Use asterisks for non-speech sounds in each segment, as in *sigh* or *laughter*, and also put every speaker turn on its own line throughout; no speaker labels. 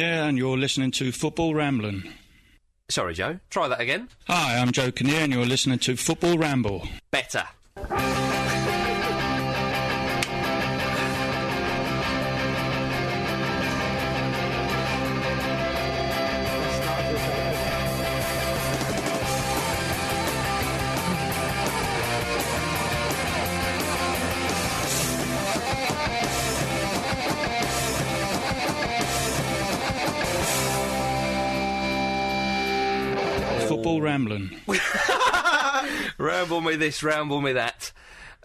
Yeah, and you're listening to Football Ramblin'.
Sorry, Joe. Try that again.
Hi, I'm Joe Kinnear, and you're listening to Football Ramble.
Better. *laughs*
Football Ramblin'.
ramble me this, ramble me that.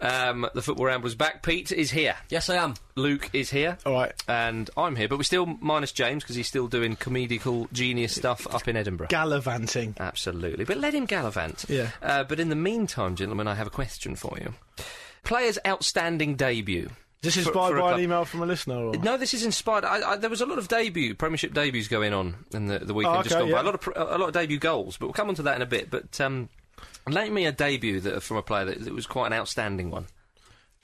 Um, the football rambles back. Pete is here.
Yes, I am.
Luke is here.
All right.
And I'm here, but we're still minus James because he's still doing comedical genius stuff up in Edinburgh.
Gallivanting.
Absolutely. But let him gallivant.
Yeah.
Uh, but in the meantime, gentlemen, I have a question for you. Player's outstanding debut.
This
For-
is
for
by,
a
by
club.
an email from a listener. Or?
No, this is inspired. I, I, there was a lot of debut Premiership debuts going on in the, the weekend
Oh,
just gone
okay,
by.
yeah.
A lot of pr- a lot of debut goals, but we'll come on to that in a bit. But um, let me a debut that from a player that, that was quite an outstanding one.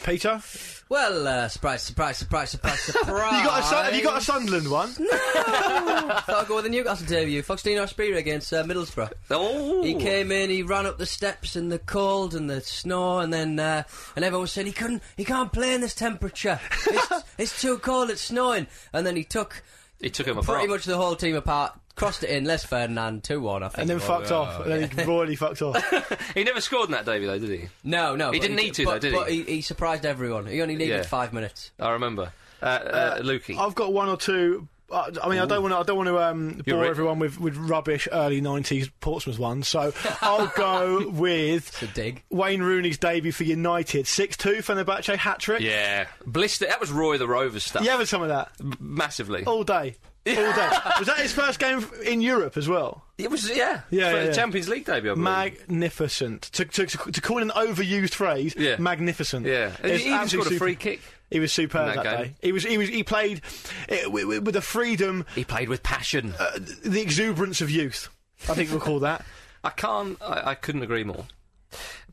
Peter,
Well, uh, surprise, surprise, surprise, surprise,
*laughs*
surprise.
you got a Sun- have you got a Sunderland one?
Thought I'd go with a Newcastle debut. Foxtino Aspira against uh, Middlesbrough.
Oh,
He came in, he ran up the steps in the cold and the snow, and then uh, and everyone was saying he couldn't, he can't play in this temperature.
*laughs*
It's, it's too cold, it's snowing. And then he took
He took him apart.
pretty much the whole team apart, crossed it in. Les Ferdinand, two one, I think.
And then fucked off. And then he royally fucked off. *laughs*
He never scored in that debut though, did he?
no, no,
He
but
didn't need to,
but,
though, did
but
he?
he? he surprised everyone. He only needed
Yeah.
five minutes.
I remember. Uh, uh, Lukey.
I've got one or two. I I mean, I don't want to. I don't want to um,
You're
bore
right.
everyone with, with rubbish early '90s Portsmouth ones. *laughs* So I'll go with
a dig.
Wayne Rooney's debut for United, six-two Fenerbahce hat trick.
yeah, blister. That was Roy the Rover stuff.
you have some of that
massively.
all *laughs* day, all day. Was that his first game in Europe as well?
It was yeah,
Yeah,
for
yeah,
the
yeah.
Champions League debut. I believe.
Magnificent. To, to, to, to call it an overused phrase,
Yeah.
magnificent.
yeah,
It's
he even scored
absolutely
a free
super-
kick.
He was superb
in that
that,
game.
day. He was. He was. He played eh, with, with, with a freedom,
He played with passion.
uh, the exuberance of youth. I think we'll
*laughs*
call that.
I can't. I, I couldn't agree more.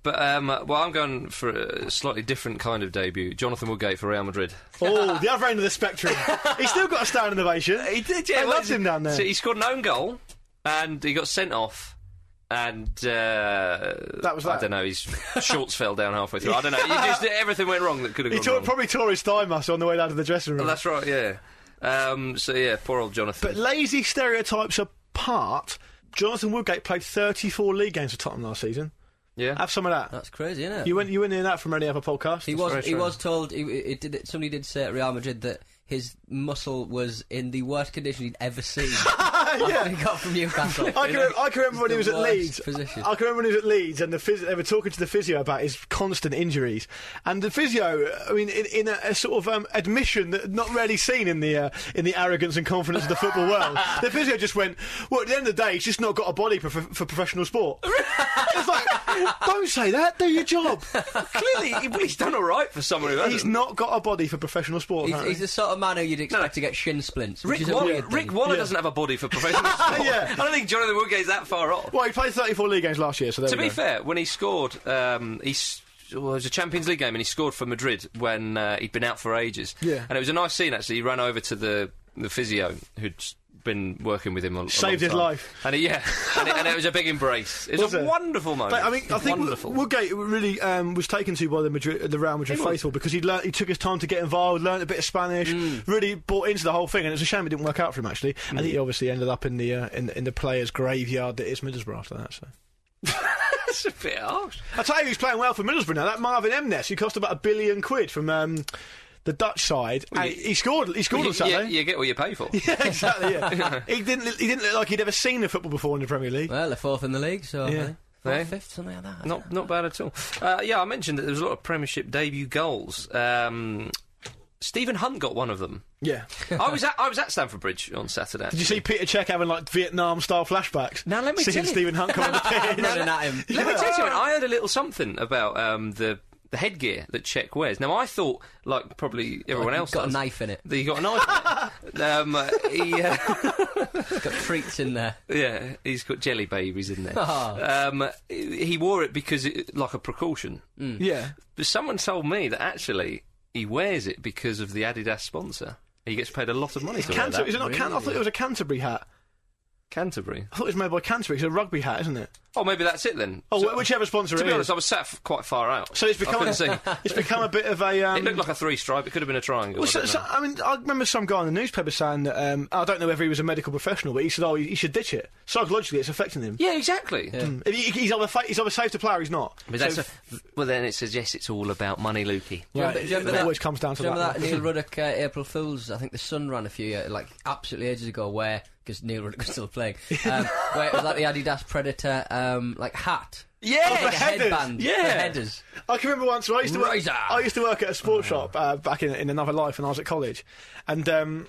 But um, well, I'm going for a slightly different kind of debut. Jonathan Woodgate for Real Madrid.
Oh, the other end of the spectrum. He's still got a standing ovation.
did.
I loved him down there.
So he scored an own goal, and he got sent off. And uh,
That was
I
that.
don't *laughs* know. His shorts fell down halfway through. I don't know. He *laughs* just, everything went wrong that could have
He
gone
tore,
wrong.
probably tore his thigh muscle on the way down to the dressing room.
That's right. Yeah. Um, so yeah, poor old Jonathan.
But lazy stereotypes apart, Jonathan Woodgate played 34 league games for Tottenham last season.
yeah.
Have some of
Uh,
that.
That's crazy, isn't it?
You wouldn't, you wouldn't hear that from any other podcast.
He
That's
was.
very
He
true.
was told. He, it did. Somebody did say at Real Madrid that his muscle was in the worst condition he'd ever seen.
*laughs* yeah.
he got from
*laughs*
Newcastle.
I can,
You know?
I can remember when he
the
was at
worst
Leeds.
position.
I can remember when he was at Leeds, and the phys- they were talking to the physio about his constant injuries. And the physio, I mean, in, in a, a sort of um, admission that not rarely seen in the uh, in the arrogance and confidence of the football
*laughs*
world, the physio just went, "Well, at the end of the day, he's just not got a body for, for professional sport."
*laughs*
it's like, don't say that. Do your job.
Clearly, he- well, he's done all right for someone who
he's
hasn't.
not got a body for professional sport.
He's,
apparently.
he's the sort of man who you'd expect to get shin splints. which
Rick
is a
Waller,
weird thing.
Rick Waller
Yeah.
doesn't have a body for *laughs* professional sport.
Yeah.
I don't think Jonathan Woodgate's that far off.
well, he played 34 league games last year, so there
to
we
be
go.
fair, when he scored, um, he s- well, it was a Champions League game, and he scored for Madrid when uh, he'd been out for ages.
Yeah.
and it was a nice scene actually. He ran over to the the physio who'd s- been working with him. A, a
Saved
long
his
time.
life.
and he, yeah, and it, and it was a big embrace. It was,
Was
a
it?
wonderful moment.
But, I mean, I think
wonderful.
Woodgate really um, was taken to by the Madrid, the Real Madrid
He was.
faithful because he learnt, he took his time to get involved, learnt a bit of Spanish,
Mm.
really bought into the whole thing, and it's a shame it didn't work out for him. Actually, I think he obviously ended up in the uh, in, in the players' graveyard that is Middlesbrough after that. So.
That's a bit harsh.
I tell you, he's playing well for Middlesbrough now. That Marvin Emnes, who cost about a billion quid from um, the Dutch side, and
you-
he scored. He
*laughs*
scored
You,
on
you,
Saturday.
you get what you pay for.
Yeah, *laughs*
*laughs*
exactly. Yeah, he didn't. He didn't look like he'd ever seen the football before in the Premier League.
Well, they're fourth in the league, so
Yeah.
yeah. fourth,
Yeah.
fifth, something like *laughs* that.
Not not bad at all. Uh, yeah, I mentioned that there was a lot of Premiership debut goals. Um, Stephen Hunt got one of
*laughs*
them.
Yeah.
I was at I was at Stamford Bridge on Saturday.
Did you see Peter Check having like Vietnam style flashbacks?
Now let me
Seeing
tell you-
Stephen
*laughs*
Hunt come on the *laughs* pitch.
running at him.
Let me tell you, I heard a little something about um, the the headgear that Czech wears. Now, I thought, like probably everyone
Like,
else,
got a
does,
knife in it.
That he got a knife. in it. *laughs* um, uh, he, uh,
Got freaks
*laughs*
in there.
yeah, he's got jelly babies in there.
Oh.
Um, he he wore it because, it, like a precaution.
Yeah.
But someone told me that actually he wears it because of the Adidas sponsor. He gets paid a lot of money to wear
Canter-
that.
is it not Can- I thought it was a Canterbury hat.
Canterbury.
I thought it was made by Canterbury. It's a rugby hat, isn't it?
Oh, maybe that's it then.
Oh,
So-
wh- whichever sponsor
To
it
be
is.
honest, I was sat f- quite far out.
so it's
I
become,
couldn't see.
*laughs*
it's become a bit of a. Um,
It looked like a three stripe. It could have been a triangle.
Well,
I
so,
don't
so,
know.
I mean, I remember some guy in the newspaper saying that um, I don't know whether he was a medical professional, but he said, "Oh, he, he should ditch it." Psychologically, it's affecting him.
Yeah, exactly.
Mm. He- he's either fa- he's either safe to play or he's not.
But
So
that's
f-
a- well, then it suggests it's all about money, Lukey.
Do you remember-
Right,
do you remember
it
that-
always comes down to
do you remember
that,
that Neil Ruddock uh, April Fools? I think the Sun ran a few years, like absolutely ages ago, where because Neil Ruddock was still playing,
*laughs*
um, where it was like the Adidas Predator um, like hat,
yeah,
*laughs*
like a headband,
yeah.
for headers.
I can remember once. I used to work.
Razor.
I used to work at a sports shop uh, back in, in another life when I was at college, and. Um,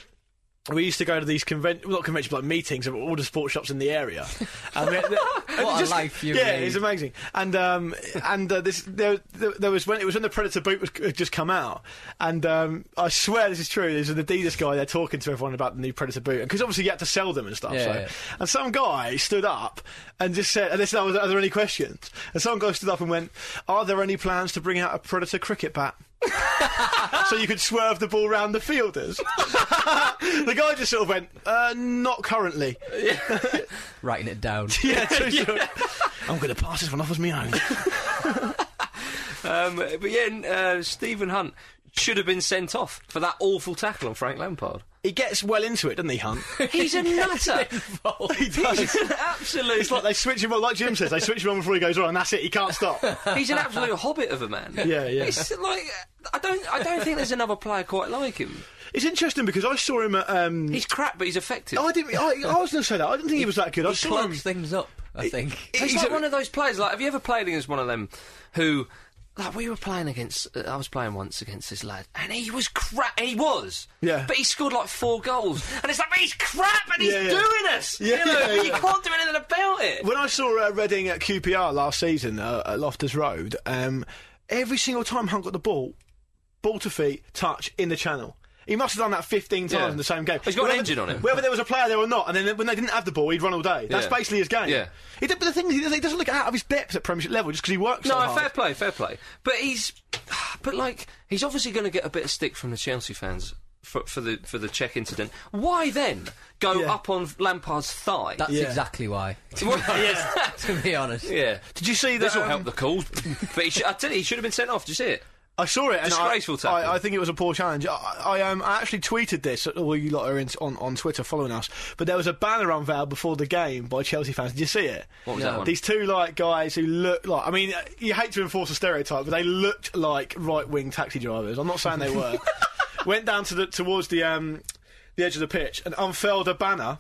we used to go to these convention, not conventions, but meetings of all the sports shops in the
*laughs*
area. And we- and
a
just-
life you
Yeah,
lead.
it's amazing. And um, and uh, this there, there there was when it was when the Predator boot was, had just come out, and um, I swear this is true. There's an Adidas guy there talking to everyone about the new Predator boot, because obviously you had to sell them and stuff.
Yeah,
so.
yeah.
And some guy stood up and just said, and they said, "Oh, are there any questions?" And some guy stood up and went, "Are there any plans to bring out a Predator cricket bat?" *laughs* so you could swerve the ball round the fielders. *laughs* the guy just sort of went, uh, "Not currently." *laughs*
Writing it down.
Yeah,
*laughs*
so sure. I'm going to pass this one off as my own.
Um, but yeah, n- uh, Stephen Hunt should have been sent off for that awful tackle on Frank Lampard.
He gets well into it, doesn't he, Hunt?
*laughs* He's a nutter.
he
He's
does.
an absolute.
It's like they switch him on, like Jim says, they switch him on before he goes on, and that's it, he can't stop.
*laughs* He's an absolute hobbit of a man.
Yeah, yeah.
It's like I don't. I don't think there's another player quite like him.
It's interesting because I saw him at. Um,
He's crap, but he's effective.
I didn't. I, I was going to say that. I didn't think he was that good. I
He
saw him.
um,
clogs things up. I think.
He's
He's
like
a-
one of those players. Like, have you ever played against one of them who, like, we were playing against? Uh, I was playing once against this lad, and he was crap. He was,
Yeah.
But he scored like four goals, and it's like, but he's crap, and he's
Yeah, yeah.
doing us.
Yeah,
you know,
yeah,
but you
yeah.
can't do anything about it.
When I saw uh, Reading at QPR last season uh, at Loftus Road, um, every single time Hunt got the ball, ball to feet, touch in the channel. He must have done that 15 times
Yeah.
in the same game.
He's got an engine on him.
Whether there was a player there or not, and then when they didn't have the ball, he'd run all day. That's
Yeah.
basically his game.
Yeah.
He did, but the thing is, he doesn't- he doesn't look out of his depth at Premiership level just because he works
No,
so hard.
fair play, fair play. But he's, *sighs* but like, he's obviously going to get a bit of stick from the Chelsea fans. For, for the for the Czech incident, why then go
Yeah.
up on Lampard's thigh? *laughs*
That's
Yeah.
exactly why.
*laughs*
To
What-
be honest.
yeah,
Did you see that?
This will
um,
help the
*laughs*
cause. but he should, I tell you, he should have been sent off. Did you see it?
I saw it. and I-
Disgraceful tackle.
I, I think it was a poor challenge. I, I, um, I actually tweeted this. All you lot are in, on, on Twitter following us. But there was a banner unveiled before the game by Chelsea fans. Did you see it?
What was that one?
These two like guys who look like. I mean, uh, you hate to enforce a stereotype, but they looked like right wing taxi drivers. I'm not saying they were. Went down to the towards the um, the edge of the pitch and unfurled a banner.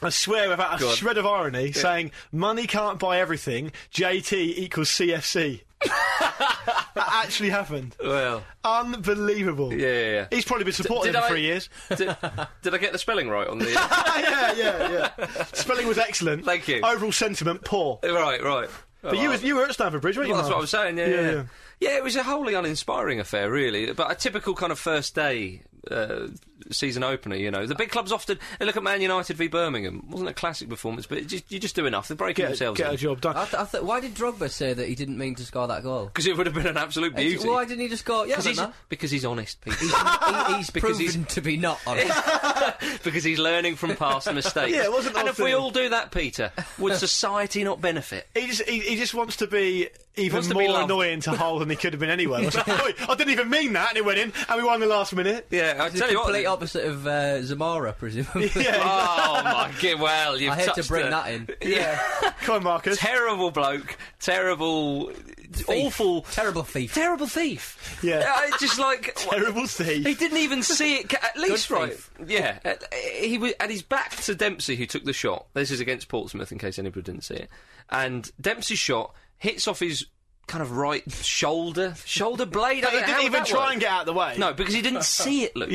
I swear, without a
on.
shred of irony, saying money can't buy everything. JT equals
*laughs*
CFC. that actually happened.
Well,
Unbelievable.
yeah, yeah. yeah.
He's probably been supporting
did
them for
I-
three years. *laughs*
did, did I get the spelling right on the?
yeah, yeah, yeah. Spelling was excellent.
Thank you.
Overall sentiment poor.
uh, right, right.
But you, was, you were at Stamford Bridge, weren't you?
Well, that's
Mark?
what I'm saying. Yeah,
Yeah,
yeah, yeah.
yeah.
Yeah, it was a wholly uninspiring affair, really. But a typical kind of first day uh, season opener. You know, the big clubs often they look at Man United v Birmingham. wasn't a classic performance, but it just, you just do enough. They're breaking
Get,
themselves
get
*laughs*
a
in
job done.
I th- I th- why did Drogba say that he didn't mean to score that goal?
because it would have been an absolute beauty.
Why didn't he just go? Yeah, I
Because
don't
he's,
know.
because he's honest,
*laughs*
people.
He-
*laughs*
he's
Because
proven
he's-
to be not
*laughs*
honest.
because he's learning from past mistakes.
Yeah, it wasn't
And
our
if we
thing.
all do that, Peter, would society not benefit?
He just, he, he just wants to be even
wants to
more
be loved.
annoying to Hull than he could have been anyway. I, was like, "Oi,
*laughs*
I didn't even mean that, and it went in, and we won the last minute.
Yeah, I
He's the
tell you what.
complete opposite of uh, Zamora,
*laughs*
presumably.
Yeah,
oh my god! Well, you've
*laughs* I hate to
touched
bring
it.
that in.
Yeah,
come on, Marcus.
*laughs* terrible bloke, terrible, awful,
terrible thief.
terrible thief.
Yeah.
Uh, just like
Terrible thief.
He didn't even see it. ca- At least,
Good
right?
thief.
Yeah. Uh, he was, and he's back to Dempsey, who took the shot. This is against Portsmouth, in case anybody didn't see it. And Dempsey shot hits off his kind of right shoulder shoulder blade. I
He
don't know, how
didn't
would
even
that
try
work?
and get out of the way.
No, because he didn't see it, Luke.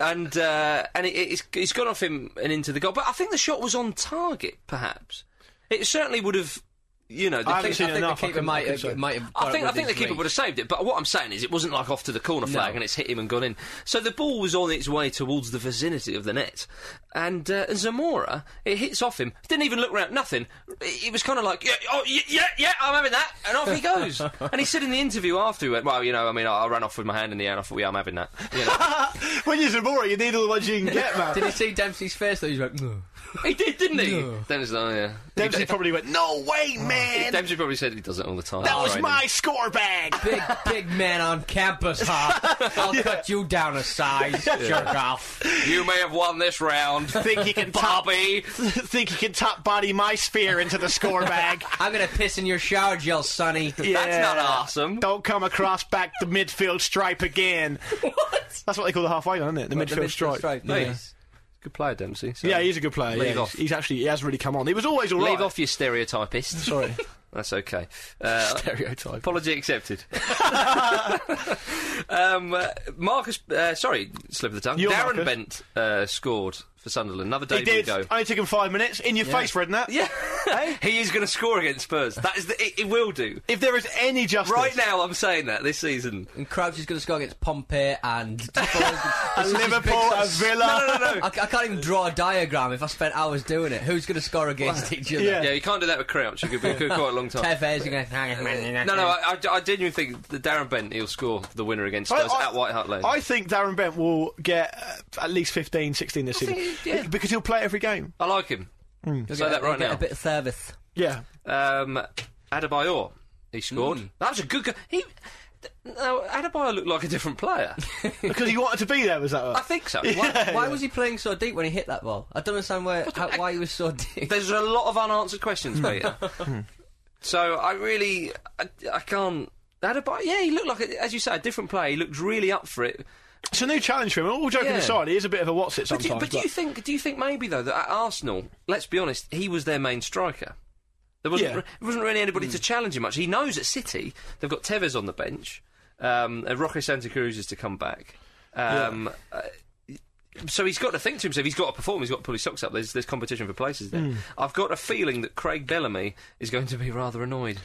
and uh, and it, it's it's gone off him and into the goal. But I think the shot was on target. Perhaps it certainly would have. You know, the
I haven't
keeper-
seen
I
it
think-
enough. I
keeper
couldn't- I
might
couldn't
have,
say.
might have got
I
it
think I
with
think the
his
keeper
feet.
would have saved it. But what I'm saying is, it wasn't like off to the corner flag and it's hit him and gone in. So the ball was on its way towards the vicinity of the net, and uh, and Zamora it hits off him. Didn't even look round, nothing. It was kind of like, yeah, oh, y- yeah, yeah, I'm having that, and *laughs* off he goes. and he said in the interview after he went, well, you know, I mean, I, I ran off with my hand in the air, and I thought, yeah, I'm having that. You know. *laughs*
when you're Zamora, you need all the ones you can get, man.
*laughs* Did you see Dempsey's face though? He's like, no.
He did, didn't he?
No.
Dempsey, oh, yeah.
Dempsey probably went, "No way, man!
Dempsey probably said he does it all the time.
that
All
was
right,
my score bag."
Big, big man on campus,
*laughs*
huh? I'll cut you down a size, jerk off.
then. You may have won this round.
*laughs* Think you can top?
Bobby.
*laughs* think you can top body my spear into the
*laughs*
score bag?
I'm gonna piss in your shower gel, Sonny.
That's
Yeah.
not awesome.
Don't come across back the midfield
*laughs*
stripe again.
What?
That's what they call the halfway line, isn't it? The, midfield, stripe.
Nice.
Good player, Dempsey. so-
Yeah, he's a good player.
Leave
yeah.
off.
He's, he's actually he has really come on. He was always all right.
Leave off your stereotypist. *laughs*
*laughs* Sorry,
That's
*laughs*
okay. Uh,
stereotype.
apology
*laughs*
accepted. *laughs* um, uh, Marcus, uh, sorry, slip of the tongue.
You're
Darren
Marcus.
Bent uh, scored for Sunderland. Another
He
debut
did.
go.
Only took him five minutes. In your face, Redknapp. *laughs*
Yeah, he is going to score against Spurs. That is, the, it, it will do.
If there is any justice,
Right now, I'm saying that this season.
And Crouch is gonna score against Pompeii
*laughs*
and and
and Liverpool, a Villa.
No, no, no.
I, c- I can't even draw a diagram if I spent hours doing it. Who's going to score against each other?
Yeah.
Yeah, you can't do that with Crouch. It could be it could be quite a long time.
Tevez is going to.
No, no, I, I, I genuinely think that Darren Bent he'll score the winner against us at White Hart Lane.
*laughs* I think Darren Bent will get uh, at least 15, 16 this season
think he- yeah.
because he'll play every game.
I like him. Say that right now.
A bit
*laughs*
of service.
Yeah,
Um, Adebayor, he scored. That was a good. Go- he. th- No, Adebayor looked like a different player.
because he wanted to be there. Was that?
I
Right?
think so.
Why,
Why-
why was he playing so deep when he hit that ball? I don't understand where, how, why he was so *laughs* deep.
There's a lot of unanswered questions, Peter. so I really, I, I can't. Adebayor, yeah, he looked like, a, as you say, a different player. He looked really up for it.
It's a new challenge for him. All joking
Yeah.
aside, he is a bit of a what's it
But do,
sometimes.
you, but do you
but-
think? Do you think maybe though that at Arsenal, let's be honest, he was their main striker. There wasn't
Yeah. Hmm.
re- there wasn't really anybody to challenge him much. He knows at City they've got Tevez on the bench, um, and Roque Santa Cruz is to come back. Um, uh, so he's got to think to himself. He's got to perform. He's got to pull his socks up. There's there's competition for places there.
Hmm.
I've got a feeling that Craig Bellamy is going to be rather annoyed.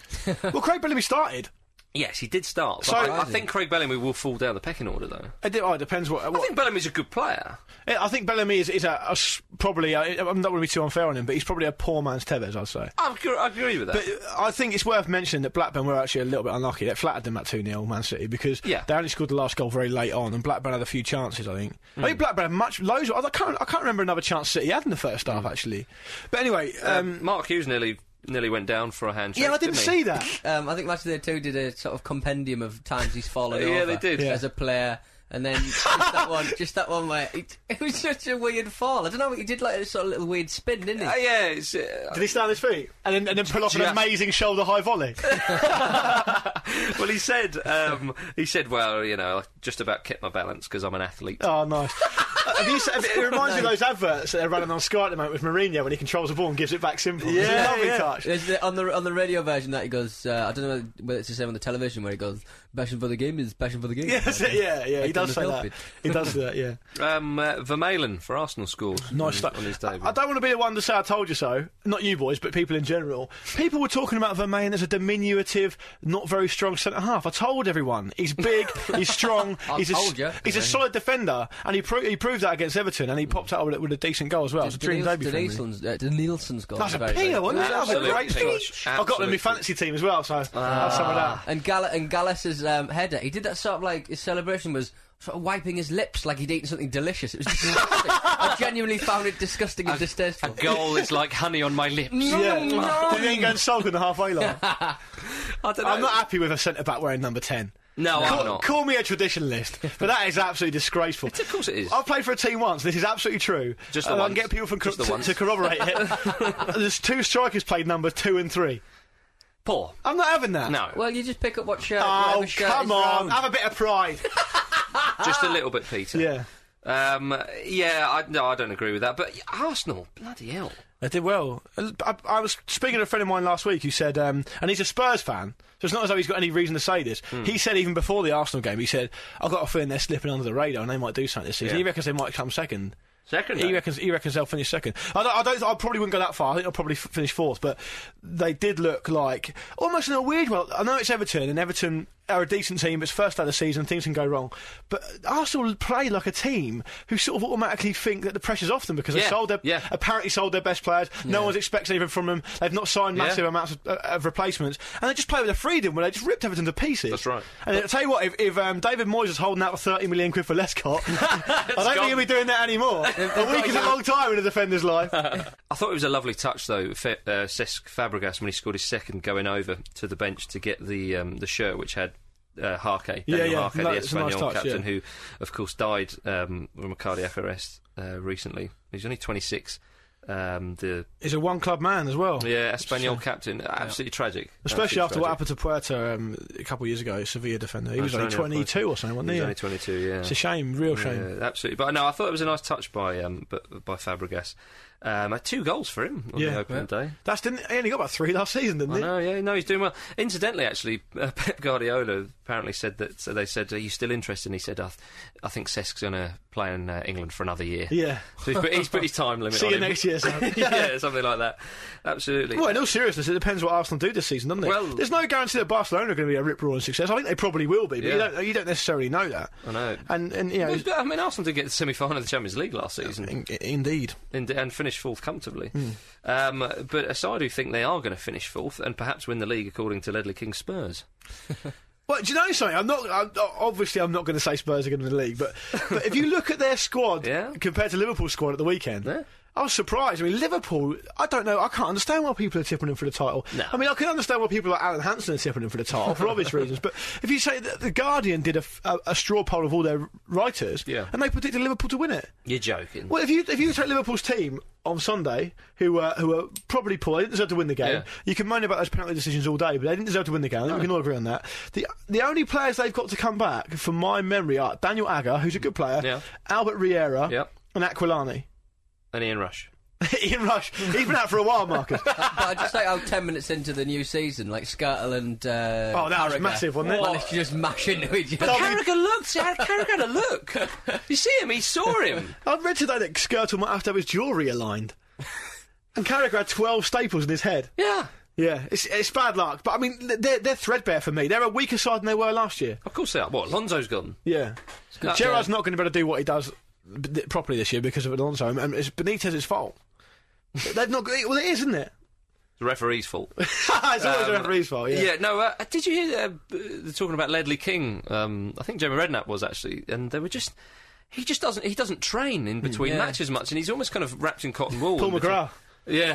well, Craig Bellamy started.
yes, he did start.
So-
But I, I think Craig Bellamy will fall down the pecking order though.
It, de- oh, it depends what.
I
what-
think Bellamy's a good player.
I think Bellamy is, is a, a s- probably. i I'm not going to be too unfair on him, but he's probably a poor man's Tevez, I'd say.
I agree, I agree with that.
But uh, I think it's worth mentioning that Blackburn were actually a little bit unlucky. That flattered them at 2 0 Man City because
Yeah.
they only scored the last goal very late on, and Blackburn had a few chances, I think. I think Blackburn had much, loads. Of, I, can't, I can't remember another chance City had in the first half, actually. But anyway, um,
Um, Mark Hughes nearly nearly went down for a handshake.
yeah, I didn't
didn't he?
see that.
Um, I think Match of the Day 2 did a sort of compendium of times he's
*laughs*
fallen
Yeah,
over
they did.
Yeah.
as a player. And then just
*laughs*
that one, just that one where it, it was such a weird fall. I don't know, he did like a sort of little weird spin, didn't he?
Uh, yeah, it's, uh,
*laughs*
*laughs*
Did he stand on his feet? And then, and then pull off
Yeah.
an amazing shoulder high volley.
well, he said, um, he said, well, you know, I just about kept my balance because I'm an athlete.
*laughs* oh, nice. Uh, have you, se- have- it
*laughs*
reminds me of those adverts that they're running on Sky at the moment with Mourinho when he controls the ball and gives it back simple. It's a
Yeah,
lovely
yeah.
touch.
There's the, on the on the radio version that he goes, uh, I don't know whether it's the same on the television where he goes, "Passion for the game is passion for
*laughs*
the
*laughs*
game."
Yes, yeah, yeah, he
I
does say
couldn't help
that.
it.
He does do that, yeah.
Um, uh, Vermaelen for Arsenal scored. on,
Nice stuff.
on his
I,
debut.
I don't want to be the one to say I told you so. Not you boys, but people in general. People were talking about Vermaelen as a diminutive, not very strong centre half. I told everyone he's
*laughs*
big, he's strong,
I
he's a,
told ya.
he's a
Yeah.
solid defender, and he pro- he proved that against Everton, and he popped out with, a- with a decent goal as well. It's a dream debut for him. really.
Denilson's, uh, Denilson's goal.
That's a
very
peeler,
good.
wasn't it? That was a
Absolute
great
peach.
touch. I got him in my
Absolute
fantasy team as well, so I'll have some of
Ah.
that.
And Gall- and Gallus's um, header, he did that sort of like his celebration was sort of wiping his lips like he'd eaten something delicious. It was disgusting. I genuinely found it disgusting and
A
distasteful.
goal is like honey on my
*laughs*
lips.
Yeah, Did he ain't going sulk in the halfway line.
*laughs* I don't know.
I'm not happy with a centre back wearing number ten.
no, I'm
Call,
not.
call me a traditionalist, but that is absolutely disgraceful.
Of course it is.
I've played for a team once. This is absolutely true.
Just the
and I
once.
can get people from cor-
Just the
to,
once.
to corroborate
*laughs*
it. There's two strikers played number two and three.
Poor.
I'm not having that.
No,
Well, you just pick up what shirt.
Oh
whatever shirt
come
is
on!
*laughs*
round.
Have a bit of pride.
just a little bit, Peter.
ah. yeah.
Um, yeah, I, no, I don't agree with that. But Arsenal, bloody hell.
They did well. I, I was speaking to a friend of mine last week who said, um, and he's a Spurs fan, so it's not as though he's got any reason to say this. He said even before the Arsenal game, he said, "I've got a feeling they're slipping under the radar and they might do something this season."
Yeah.
He reckons they might come second. eh?
Second,
He reckons he reckons they'll finish second. I don't, I don't. I probably wouldn't go that far. I think they'll probably f- finish fourth. But they did look like almost in a weird way. I know it's Everton, and Everton are a decent team. It's first day of the season. Things can go wrong. But Arsenal play like a team who sort of automatically think that the pressure's off them because they
Yeah,
sold their
yeah.
apparently sold their best players. No one's expecting anything from them. They've not signed
Yeah.
massive amounts of, uh, of replacements, and they just play with a freedom where they just ripped Everton to pieces.
That's right.
And I tell you what, if, if um, David Moyes is holding out for thirty million quid for
*laughs*
Lescott, I don't think
gone.
he'll be doing that
*laughs*
anymore. a week is a long time in a defender's life.
I thought it was a lovely touch though, Fe- uh, Cesc Fabregas when he scored his second, going over to the bench to get the um, the shirt which had. Uh, Harke,
Yeah,
Daniel
yeah.
Harke,
No,
the
it's a nice
Espanyol
touch, yeah.
captain, who, of course, died um, from a cardiac arrest uh, recently. He's only 26. Um, the
He's a one club man as well.
yeah, Espanyol captain, absolutely tragic.
Especially
Absolutely
after what
tragic.
happened to Puerta um, a couple of years ago, Sevilla defender. He was only
Antonio
22 or something, wasn't he?
He's only 22. Yeah,
It's a shame, real shame.
Yeah, absolutely. But no, I thought it was a nice touch by um, b- by Fabregas. Um, uh, two goals for him on
Yeah.
the opening day.
That's didn't he only got about three last season,
I
didn't he?
know, yeah, no, he's doing well. Incidentally, actually, *laughs* uh, Pep Guardiola apparently said that so they said, "Are you still interested?" And he said, "I, th- I think Cesk's going to play in uh, England for another year."
Yeah.
So he's put, he's put his time limit.
See
on
you
him.
next
*laughs*
year, *laughs* Sam.
yeah, something like that. Absolutely.
Well, in all seriousness, it depends what Arsenal do this season, doesn't it?
Well-
There's no guarantee that Barcelona are going to be a rip roaring success. I think they probably will be, but you,
Yeah.
don't, you don't necessarily know that.
I know.
And, and you know,
Well, I mean, Arsenal did get to the semi-final of the Champions League last season
in- indeed.
and, and finished fourth comfortably.
Hmm.
Um, but aside, who think they are going to finish fourth and perhaps win the league according to Ledley King Spurs.
Well, do you know something? I'm not. I'm, obviously, I'm not going to say Spurs are going to win the
*laughs*
league, but but if you look at their squad
Yeah.
compared to Liverpool's squad at the weekend.
Yeah.
I was surprised. I mean, Liverpool. I don't know. I can't understand why people are tipping them for the title.
No.
I mean, I can understand why people like Alan Hansen are tipping them for the title
*laughs*
for obvious reasons. But if you say that the Guardian did a, f- a- a straw poll of all their writers,
Yeah.
and they predicted Liverpool to win it.
You're joking.
Well, if you if you take Liverpool's team on Sunday, who were who were probably poor, they didn't deserve to win the game.
Yeah.
You can moan about those penalty decisions all day, but they didn't deserve to win the game. I think We can all agree on that. The the only players they've got to come back, from my memory, are Daniel Agger, who's a good player,
Yeah.
Albert Riera,
Yep.
and Aquilani. *laughs*
and Ian Rush.
Ian Rush, he's been out for a
*laughs*
while, Marcus.
But I just like how ten minutes into the new season, like Skirtle and uh,
Oh, that was
Carragher
massive, wasn't it?
managed to just mash into each other.
But
Carragher looked. Carragher had a look. You see him. He saw him.
I've read today that Skirtle might have to have his jewellery aligned. And Carragher had 12 staples in his head.
Yeah.
Yeah, it's, it's bad luck. But I mean, they're, they're threadbare for me. They're a weaker side than they were last year.
*laughs* Of course they are. What? Lonzo's gone.
Yeah.
good
Gerard's not going to be able to do what he does b- th- properly this year because of Alonso, and it's Benitez's fault. They've not. got- Well, it is, isn't it? *laughs*
The referee's fault.
it's always the referee's fault. Oh, Yeah.
Um, yeah. No. Uh, did you hear uh, b- they're talking about Ledley King? Um, I think Jamie Redknapp was actually, and they were just. He just doesn't. He doesn't train in between
Yeah.
matches much, and he's almost kind of wrapped in cotton wool.
Mm, Paul
in between-
McGrath.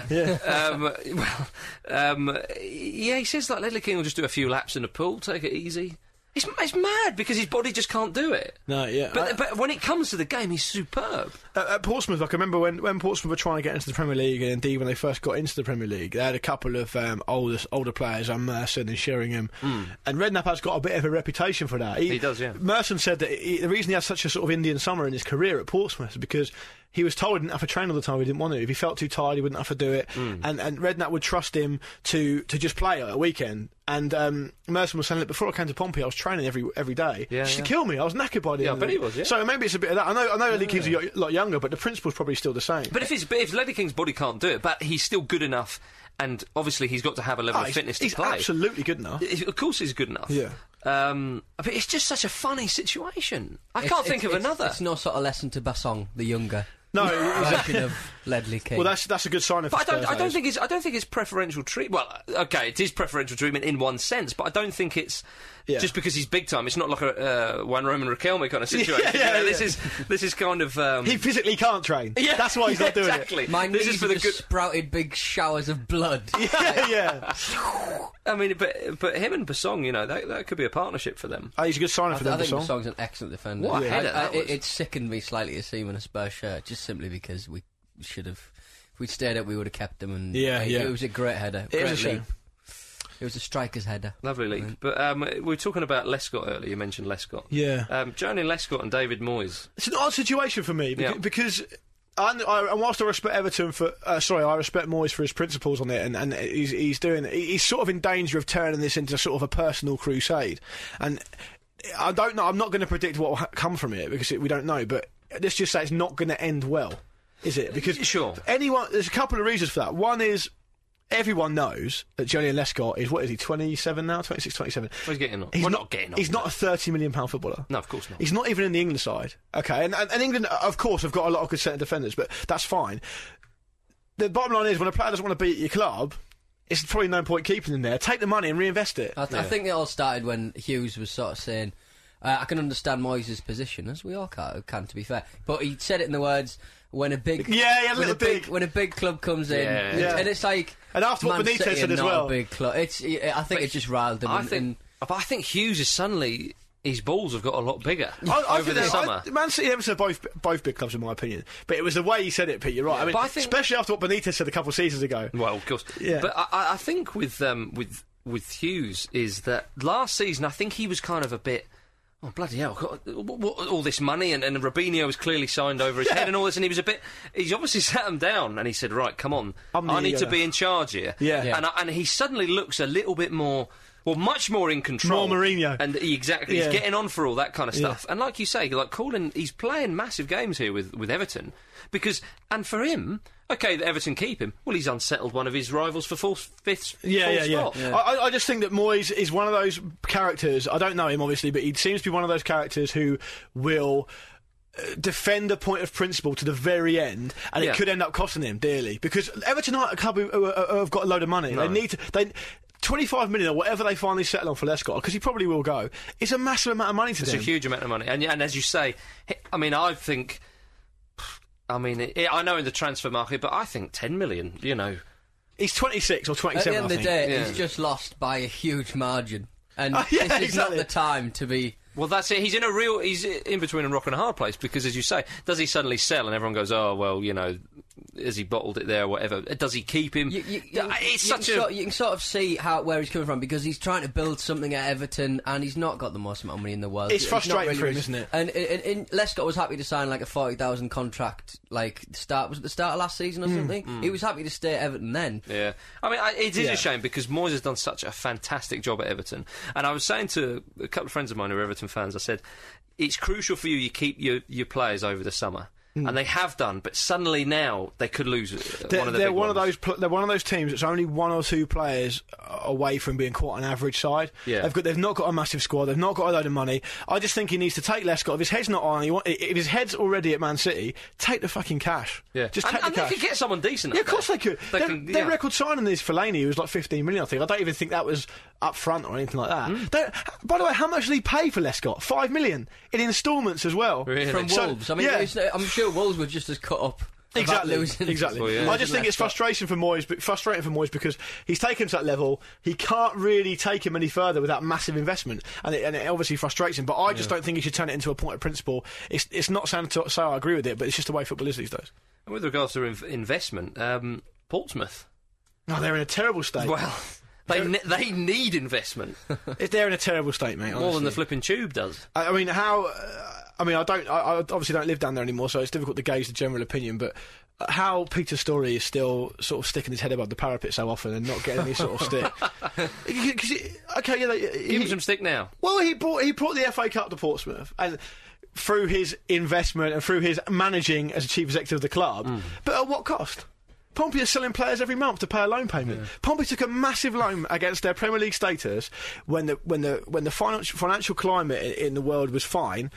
*laughs* Yeah. um, *laughs* well, um, yeah, he says like Ledley King will just do a few laps in the pool, take it easy. It's, it's mad because his body just can't do it.
No, yeah.
But, but when it comes to the game, he's superb.
At, at Portsmouth, like, I remember when, when Portsmouth were trying to get into the Premier League, and indeed when they first got into the Premier League, they had a couple of um, older older players, um, Merson and Sheringham, and Redknapp has got a bit of a reputation for that.
Hmm. He does, yeah.
Merson said that he, the reason he had such a sort of Indian summer in his career at Portsmouth is because he was told he didn't have to train all the time. He didn't want to. If he felt too tired, he wouldn't have to do it.
Hmm.
And and Redknapp would trust him to to just play at a weekend. And um, Merson was saying that before I came to Pompey, I was training every every day.
Yeah,
It used to
yeah.
kill me. I was knackered by the
Yeah,
end.
I
of
bet
it.
he was, yeah.
So maybe it's a bit of that. I know I know Ledley King's a yo- lot younger, but the principle's probably still the same.
But if his, but if Ledley King's body can't do it, but he's still good enough, and obviously he's got to have a level
Ah,
of
he's,
fitness to
he's
play.
absolutely good enough.
It- Of course, he's good enough.
Yeah.
Um, but it's just such a funny situation. I
It's-
can't
it's-
think of
it's-
another.
It's no sort of lesson to Bassong, the younger
No,
version of Ledley King.
well that's that's a good sign of.
but I don't. I don't
Thursdays.
think it's. I don't think it's preferential treatment. Well, okay, it is preferential treatment in one sense, but I don't think it's
Yeah.
just because he's big time. It's not like a uh, one Roman Raquelme kind of situation.
*laughs* Yeah, yeah,
You know,
yeah.
This is this is kind of. Um,
he physically can't train.
yeah,
that's why he's not doing
*laughs* exactly.
it.
My
this
knees
is for the
just
good.
sprouted big showers of blood.
*laughs* Yeah, yeah.
I mean, but but him and Basong, you know, that that could be a partnership for them.
Oh, he's a good signer
I,
for
th- I
them.
think
Basson.
Bassong's an excellent defender.
What a
I,
header
I,
that
it,
was.
it sickened me slightly to see him in a Spurs shirt, just simply because we should have. If we'd stayed up, we would have kept them. And
Yeah,
it,
yeah.
it was a great header.
It
great
is a shame.
leap. It was a striker's header.
Lovely leap. But um, we were talking about Lescott earlier. You mentioned Lescott.
Yeah.
Um, Joni Lescott and David Moyes.
It's an odd situation for me
Yeah.
beca- because. And, I, and whilst I respect Everton for, uh, sorry, I respect Moyes for his principles on it, and, and he's, he's doing, he- he's sort of in danger of turning this into sort of a personal crusade. And I don't know, I'm not going to predict what will ha- come from it because it, we don't know, but let's just say it's not going to end well, is it? Because
Sure.
anyone, there's a couple of reasons for that. One is everyone knows that Julian Lescott is, what is he, 27 now? 26, 27.
He's getting on.
He's
Well, not getting on.
He's not a 30 million pound footballer.
No, of course not.
He's not even in the England side. Okay, and, and, and England, uh, of course, have got a lot of good centre defenders, but that's fine. The bottom line is when a player doesn't want to be at your club, it's probably no point keeping him there. Take the money and reinvest it.
I, th- I think it all started when Hughes was sort of saying, uh, I can understand Moyes' position, as we all can, can, to be fair. But he said it in the words, when a big
Yeah, he had a
when
little
big,
dig.
when a big club comes in,
Yeah.
and,
Yeah.
and it's like
And after what
Man
Benitez
City
said
are
as
not
well.
a big club. It's I think it just riled him.
I
and-
think.
and-
But I think Hughes is suddenly. His balls have got a lot bigger
*laughs* I, I
over
think
the
that-
summer.
I, Man City and Everton are both both big clubs in my opinion, but it was the way he said it, Pete. You're right. I mean,
but I think-
especially after what Benitez said a couple of seasons ago.
Well, of course.
Yeah.
But I- I, I think with um, with with Hughes is that last season I think he was kind of a bit. Oh bloody hell! God, what, what, all this money and, and Robinho was clearly signed over his head and all this, and he was a bit. He's obviously *laughs* sat him down and he said, "Right, come on,
I'm the
I need to
leader."
be in charge here."
Yeah. Yeah.
And I, and he suddenly looks a little bit more. Well, much more in control.
More Mourinho.
and he- exactly,
Yeah.
he's getting on for all that kind of
Yeah.
stuff. And like you say, like calling, he's playing massive games here with, with Everton because, and for him, okay, that Everton keep him. Well, he's unsettled one of his rivals for fourth, fifth,
Yeah,
fourth
yeah, yeah.
spot.
I, I- I just think that Moyes is one of those characters. I don't know him obviously, but he seems to be one of those characters who will uh, defend a point of principle to the very end, and
Yeah.
it could end up costing him dearly because Everton aren't a club who, who, who have got a load of money. They need to they. 25 million or whatever they finally settle on for Lescott, because he probably will go, it's a massive amount of money to
It's a
them.
huge amount of money, and and as you say, he- I mean, I think, I mean, it, I know in the transfer market, but I think ten million. You know,
He's 26 or
At
27,
the end of
I
the
think.
day,
Yeah.
he's just lost by a huge margin, and
Oh, *laughs* yeah,
this is
exactly.
not the time to be.
well, that's it. He's in a real, he's in between a rock and a hard place because, as you say, does he suddenly sell and everyone goes, oh well, you know, has he bottled it there or whatever? Does he keep him?
You, you, you-
it's
you
such
can
a
sort, you can sort of see how where he's coming from because he's trying to build something at Everton and he's not got the most amount of money in the world.
It's
He's
frustrating
not
for him, isn't it?
And, and, and Lescott was happy to sign like a forty thousand contract, like the start was it the start of last season or
Hmm.
something. He was happy to stay at Everton then.
Yeah, I mean, I, it is
Yeah.
a shame because Moyes has done such a fantastic job at Everton, and I was saying to a couple of friends of mine who are Everton fans, I said it's crucial for you you keep your, your players over the summer, and they have done, but suddenly now they could lose uh,
Hmm. They're,
one of the
they're
big
one of
ones.
those. Pl- they're one of those teams that's only one or two players uh, away from being quite an average side.
Yeah.
they've got. They've not got a massive squad. They've not got a load of money. I just think he needs to take Lescott. If his head's not on, he want, if his head's already at Man City, take the fucking cash.
Yeah,
just
and,
take
and
the
they
cash.
could get someone decent.
yeah,
up
of course
there.
they could.
They
their,
can-
their
yeah.
record signing is Fellaini was like 15 million, I think. I don't even think that was up front or anything like that.
Mm.
They- By the way, how much did he pay for Lescott? Five million in instalments as well.
Really?
From
So,
Wolves, I mean,
yeah.
it's- I'm sure Wolves were just as cut up. about
Exactly.
losing-
Exactly.
Well, yeah.
I just think it's frustration for Moyes, but frustrating for Moyes because he's taken him to that level. He can't really take him any further without massive investment, and it, and it obviously frustrates him. But I just don't think he should turn it into a point of principle. It's it's not sound to say I agree with it, but it's just the way football is these days.
And with regards to inv- investment, um, Portsmouth.
No, they're in a terrible state. *laughs*
Well, they ne- they need investment
If they're in a terrible state,
more
mate.
than
*laughs* honestly.
the flipping tube does.
I, I mean, how? Uh, I mean, I don't. I, I obviously don't live down there anymore, so it's difficult to gauge the general opinion. But uh, how Peter Story is still sort of sticking his head above the parapet so often and not getting any sort
*laughs*
of stick? 'Cause he- okay, yeah. They, he-
Give him some stick now.
well, he brought he brought the FA Cup to Portsmouth and. Through his investment and through his managing as a chief executive of the club,
Mm.
but at what cost? Pompey are selling players every month to pay a loan payment. Pompey took a massive loan against their Premier League status when the when the when the financial financial climate in, in the world was fine,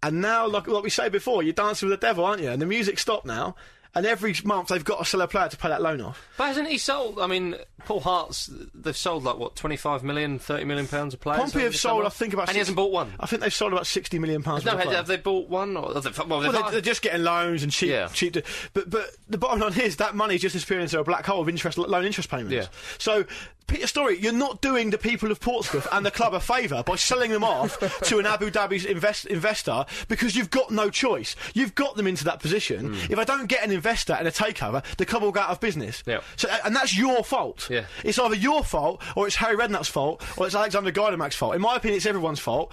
and now like like we say before, you're dancing with the devil, aren't you? And the music stopped now, and every month they've got to sell a player to pay that loan off.
But hasn't he sold? I mean, Paul Hart's, they've sold like what, 25 million, 30 million pounds of players?
Pompey
over
have
the
sold,
summer?
I think, about
And he
six-
hasn't bought one.
I think they've sold about sixty million pounds.
No,
worth of
have,
players.
have they bought one? Or have they, well, they've
Well,
not-
they, they're just getting loans and cheap,
Yeah.
cheap. d- But but the bottom line is that money is just disappearing into a black hole of interest loan interest payments.
Yeah.
So Peter Story, you're not doing the people of Portsmouth and the club a favour by selling them off
*laughs*
to an Abu Dhabi's invest- investor because you've got no choice. You've got them into that position.
Hmm.
If I don't get an investor and a takeover, the club will go out of business.
Yeah.
So, a- and that's your fault.
Yeah.
It's either your fault or it's Harry Redknapp's fault or it's Alexander Guydemak's fault. In my opinion, it's everyone's fault.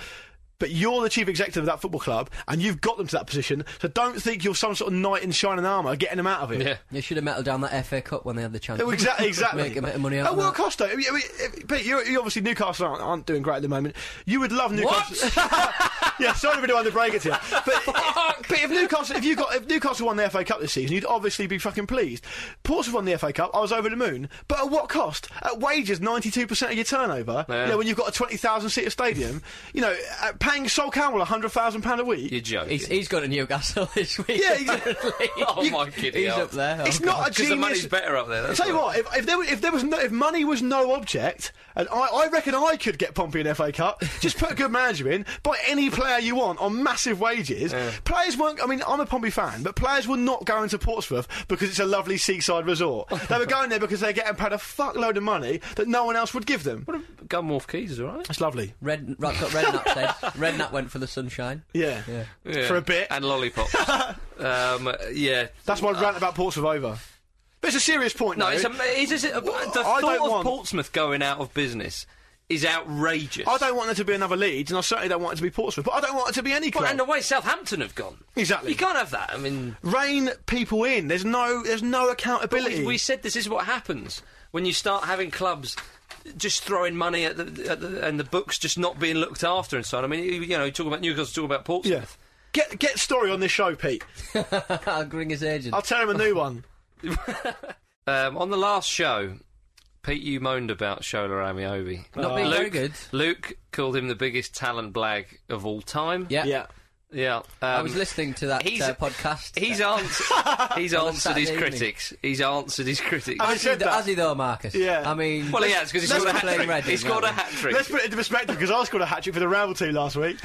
But you're the chief executive of that football club, and you've got them to that position. So don't think you're some sort of knight in shining armour getting them out of it.
Yeah.
You should have metal down that FA Cup when they had the chance.
Oh, exactly, exactly.
*laughs* Make a bit of money out
At
of
what
that.
cost, though? I mean, I mean, if- Pete, you you obviously Newcastle aren't, aren't doing great at the moment. You would love Newcastle. *laughs* yeah, sorry to be the one to break it to you.
*laughs*
But, but if Newcastle, if you got, if Newcastle won the FA Cup this season, you'd obviously be fucking pleased. Portsmouth won the FA Cup. I was over the moon. But at what cost? At wages, ninety-two percent of your turnover.
Yeah.
You know, when you've got a twenty thousand seater stadium, you know, uh, paying Sol Campbell hundred thousand pound a week.
You're joking.
He's, he's gone to Newcastle *laughs* this week.
Yeah, he's-
*laughs* apparently.
*laughs* oh, my giddy
He's
hell.
up there.
it's
Oh,
not a
Because
genius.
the money's better up there.
I
That's
tell you
why.
what, if, if there was, if there was no, if money was no object, and I, I reckon I could get Pompey an
*laughs*
FA Cup. Just put a good manager in, buy any player you want on massive wages. Players won't. I mean, I'm a Pompey fan, but players will not go into Portsmouth because it's a lovely seaside resort. they were going there because they're getting paid a fuckload of money that no one else would give them.
Gunwharf Keys is alright.
It's lovely.
Red, that's what Redknapp said. Redknapp went for the sunshine. *laughs*
Yeah. For a bit.
And lollipops. *laughs* um, yeah.
That's my rant about Portsmouth over. But it's a serious point.
No,
though.
it's, a, it's, just a-
Well,
the thought
I don't
of
want-
Portsmouth going out of business is outrageous.
I don't want there to be another Leeds, and I certainly don't want it to be Portsmouth. But I don't want it to be any club.
Well, and the way Southampton have gone.
Exactly.
You can't have that. I mean,
rein people in. There's no there's no accountability.
we, we said this is what happens when you start having clubs just throwing money at the, at the and the books just not being looked after and so on. I mean, you, you know, you talk about Newcastle, talk about
yeah.
Portsmouth.
Get get story on this show, Pete.
I'll ring his agent.
I'll tell him a new one.
Um, on the last show, Pete, you moaned about Shola Amiobi.
Not being very good.
Luke called him the biggest talent blag of all time.
Yeah.
Yeah.
yeah. Um,
I was listening to that
he's-
uh, podcast.
He's answered.
*laughs*
he's
On a
answered his
Saturday evening.
critics. He's answered his critics.
I
Has he,
said that.
has he though, Marcus?
Yeah.
I mean,
well, he has because he
let's
scored a
play
hat trick.
Reading,
He scored a
haven't we?
hat trick.
Let's put it into perspective because I scored a hat trick for the Ramble team last week.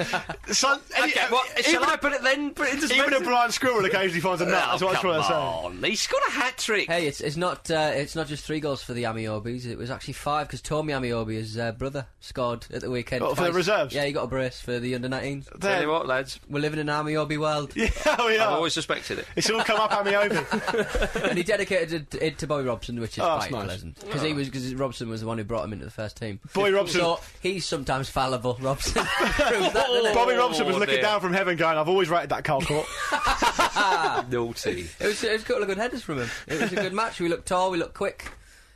Son, any- uh,
Okay, well, shall
even,
I put it then? Put it into
even a
perspective?
Brian Squirrel occasionally finds a nut.
Oh,
that's what I
come
was trying to
on.
say.
He scored a hat trick.
hey, it's it's not uh, it's not just three goals for the Amiobis. It was actually five because Tommy Amiobi, his uh, brother, scored at the weekend.
Oh, for the
twice.
reserves?
Yeah, he got a brace for the under 19s.
Tell you what, lads.
We're living in an Amiobi world,
*laughs* Yeah, we
I've
are.
always suspected it.
It's all come up at me over.
and he dedicated it, it to Bobby Robson, which is
Oh, that's
quite
nice.
pleasant because he was because Robson was the one who brought him into the first team.
Boy Robson.
so he's sometimes fallible.
*laughs*
Robson, *laughs* Proves that, doesn't it?
Bobby Robson was
Oh,
looking
dear.
down from heaven going, I've always rated that Carl Court.
Naughty.
It was, it was a couple of good headers from him. It was a good match. We looked tall, we looked quick.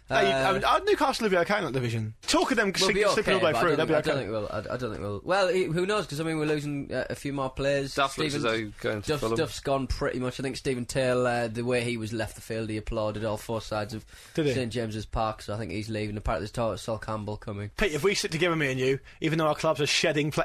Hey,
Uh,
I mean, uh, Newcastle will be okay in that division. Talk of them
We'll
slipping
be okay,
all the way
but I
through.
don't
They'll be
think- I don't
okay.
think we'll. I, I don't think we'll. Well, it, who knows? Because I mean, we're losing uh, a few more players.
Duff looks as though he's going to
Duff,
Fulham.
Duff's gone pretty much. I think Stephen Taylor, uh, the way he was left the field, he applauded all four sides of
Did he?
St James's Park. So I think he's leaving. Apparently, there's talk of Sol Campbell coming.
Pete, if we sit together, me and you, even though our clubs are shedding, pla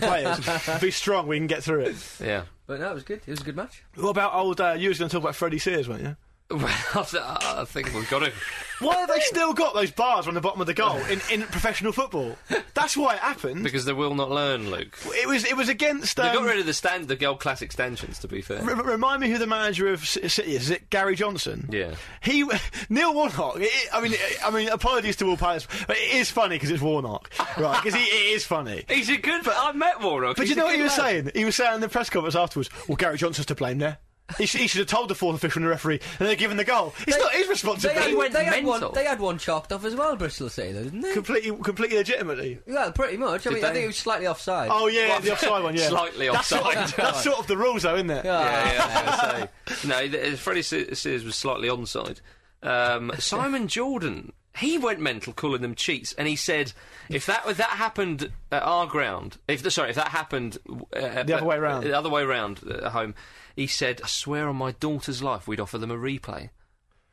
*laughs*
players, be strong, we can get through it.
Yeah. *laughs*
But no, it was good. It was a good match.
What about old? Uh, you was going to talk about Freddie Sears, weren't you?
Well, I think we've got to.
Why
*laughs*
have they still got those bars on the bottom of the goal in, in professional football? That's why it happened.
Because they will not learn, Luke.
It was it was against.
They
Um,
got rid of the stand, the gold classic stanchions. To be fair,
re- re- remind me who the manager of C- City is? Is it Gary Johnson?
Yeah.
He *laughs* Neil Warnock. it- it- I mean, it- I mean, apologies to all players, but it is funny because it's Warnock, right? Because it is funny.
he's a good. I met Warnock.
But
He's
you know
a
what he
good
was
lad.
saying? He was saying in the press conference afterwards, well, Gary Johnson's to blame there. He, sh- he should have told the fourth official and the referee, and they're given the goal. It's not his responsibility.
had,
went
they had
mental.
one. They had one chalked off as well, Bristol City, though, didn't they?
completely, completely legitimately.
yeah, pretty much. I mean, I
they?
think it was slightly offside.
Oh yeah,
Well,
the offside one. Yeah,
slightly
That's sort,
offside.
of, that's sort of the rules, though, isn't it?
Ah,
Yeah, yeah, I
*laughs*
was gonna say. No, the- Freddie Se- Sears was slightly onside. Um, Simon Jordan, he went mental calling them cheats, and he said, "If that if that happened at our ground, if the- sorry, if that happened uh,
The other way
uh,
round.
the other way round uh, at home." He said, "I swear on my daughter's life, we'd offer them a replay."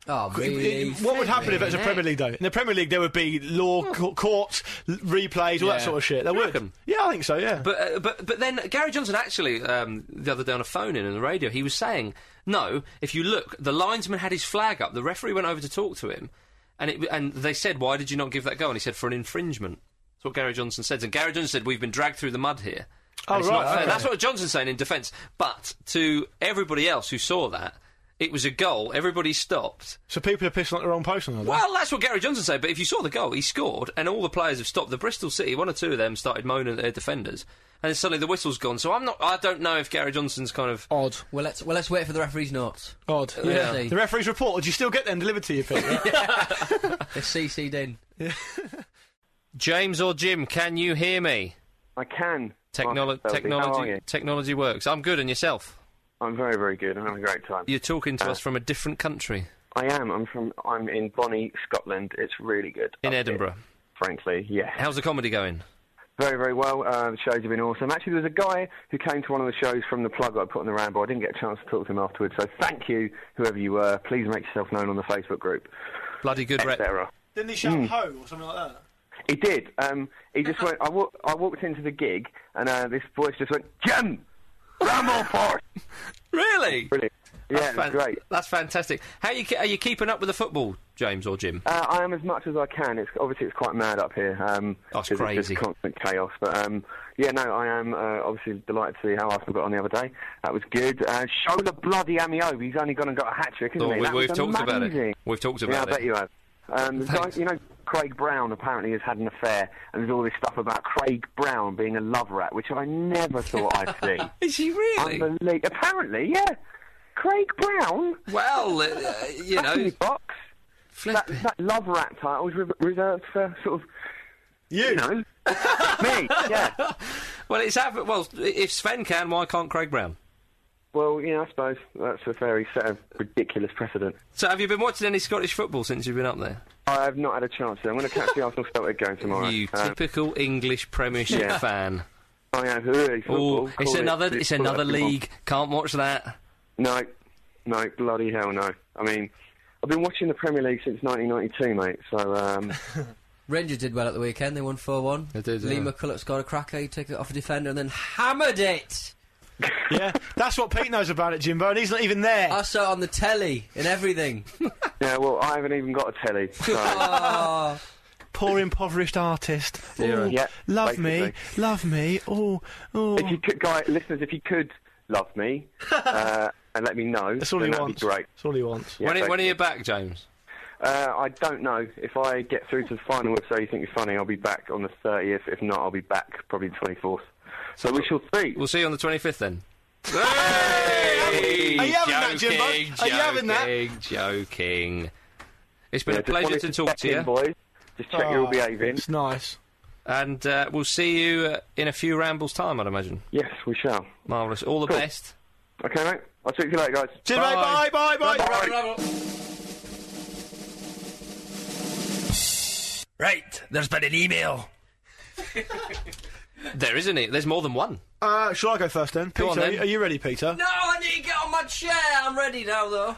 Oh, really?
What would happen if it was a Premier League though? In the Premier League, there would be law co- courts, l- replays, all that
Yeah.
sort of shit. There
Oh. you
would.
reckon?
Yeah, I think so. Yeah.
But uh, but but then Gary Johnson actually um, the other day on a phone in on the radio, he was saying, "No, if you look, the linesman had his flag up. The referee went over to talk to him, and it, and they said, "Why did you not give that go?" And he said, "For an infringement." That's what Gary Johnson said. And Gary Johnson said, "We've been dragged through the mud here." And
Oh,
it's
right,
not fair.
okay.
That's what Johnson's saying in defence. But to everybody else who saw that, It was a goal. Everybody stopped.
So people are pissing at the wrong post on that.
Well, that's what Gary Johnson said. But if you saw the goal, he scored, and all the players have stopped. The Bristol City, one or two of them, started moaning at their defenders, and then suddenly the whistle's gone. So I'm not. I don't know if Gary Johnson's kind of.
Odd.
Well, let's well let's wait for the referee's notes.
Odd.
Yeah.
Yeah. The referee's report. Do you still get them delivered to
*laughs*
you, Pete?
It's CC'd in.
James or Jim, can you hear me?
I can.
Technolo-
Marcus Feldy. How are
technology.
you?
Technology works. I'm good, and yourself.
I'm very, very good. I'm having a great time.
You're talking to
Uh,
us from a different country
I am. I'm from. I'm in Bonnie, Scotland. It's really good.
in
up here,
Edinburgh.
frankly, yeah.
How's the comedy going?
Very, very well. Uh, the shows have been awesome. Actually, there was a guy who came to one of the shows from the plug that I put on the Rambo. I didn't get a chance to talk to him afterwards. So thank you, whoever you were. Please make yourself known on the Facebook group,
Bloody good rep.
etc.
Didn't he shout ho or something like that?
He did. Um, he just went. I, wa- I walked into the gig, and uh, this voice just went, "Jim, Rambo Force."
Really?
*laughs* Brilliant. Yeah, it was
Fan-
great.
That's fantastic. How you ke- are you keeping up with the football, James or Jim?
Uh, I am as much as I can. It's obviously it's quite mad up here. Um,
That's
'cause it's just
crazy.
constant chaos. But um, yeah, no, I am uh, obviously delighted to see how Arsenal got on the other day. That was good. Uh, Shola bloody Amiobi. He's only gone and got a hat trick, isn't
Oh,
he?
we,
That
we've
was
talked about
amazing.
it. We've talked
yeah, I
about
bet
it.
you have. Um, the guy,
Thanks.
you know, Craig Brown apparently has had an affair, and there's all this stuff about Craig Brown being a love rat, which I never thought
*laughs*
I'd see.
Is he really?
Unbelievable. Apparently, yeah. Craig Brown,
well, uh, you
that's
know,
his box. That,
flip.
that love rat title is re- reserved for sort of
You.
you know, *laughs* me, yeah.
Well, it's av- well. If Sven can, why can't Craig Brown?
Well, yeah, I suppose that's a very set of ridiculous precedent.
So, have you been watching any Scottish football since you've been up there?
I have not had a chance. I'm going to catch the Arsenal Celtic game tomorrow.
You
Um,
typical English *laughs* Premiership
Yeah.
fan.
I am really
Oh,
football.
it's
Call it-
another. It's
call it
another
football.
league. Can't watch that.
No, no, bloody hell, no. I mean, I've been watching the Premier League since 1992, mate.
*laughs*
So, um,
Rangers did well at the weekend. They won four one.
They did,
Lee
yeah.
McCulloch scored a cracker. He took it off a defender and then hammered it.
Yeah. That's what Pete knows about it, Jimbo, and he's not even there.
Uh,
I saw it on the telly and everything.
yeah. Well, I haven't even got a telly.
*laughs*
So,
Oh,
Poor impoverished artist. Oh,
Yeah,
love me,
basically.
love me. Oh, oh.
if you could, guy listeners, if you could love
*laughs*
me uh, and let me know,
That's all he
then that'd
wants.
be great.
That's all he wants.
Yeah,
when, are-
thank
when are
you.
you back, James?
Uh, I don't know. If I get through to the final of So You Think You're Funny, I'll be back on the 30th. If not, I'll be back probably the 24th. So we shall see.
We'll see you on the twenty fifth then.
Are you having that, Jimbo? Are you having that?
Joking, joking. It's been
Yeah,
a
just
pleasure
wanted
to talk
check
to
in,
you,
boys. Just check you're all
Oh,
behaving.
It's nice.
and uh, we'll see you uh, in a few rambles time, I'd imagine.
Yes, we shall.
Marvellous. All the
Cool.
best.
Okay, mate? I'll speak to you later, guys.
Jimbo,
Bye.
bye, bye, bye.
Right, there's been an email.
*laughs* There isn't it. There's more than one.
Uh, shall I go first then? Peter,
on
are
then.
you- are you ready, Peter?
no, I need to get on my chair. I'm ready now, though.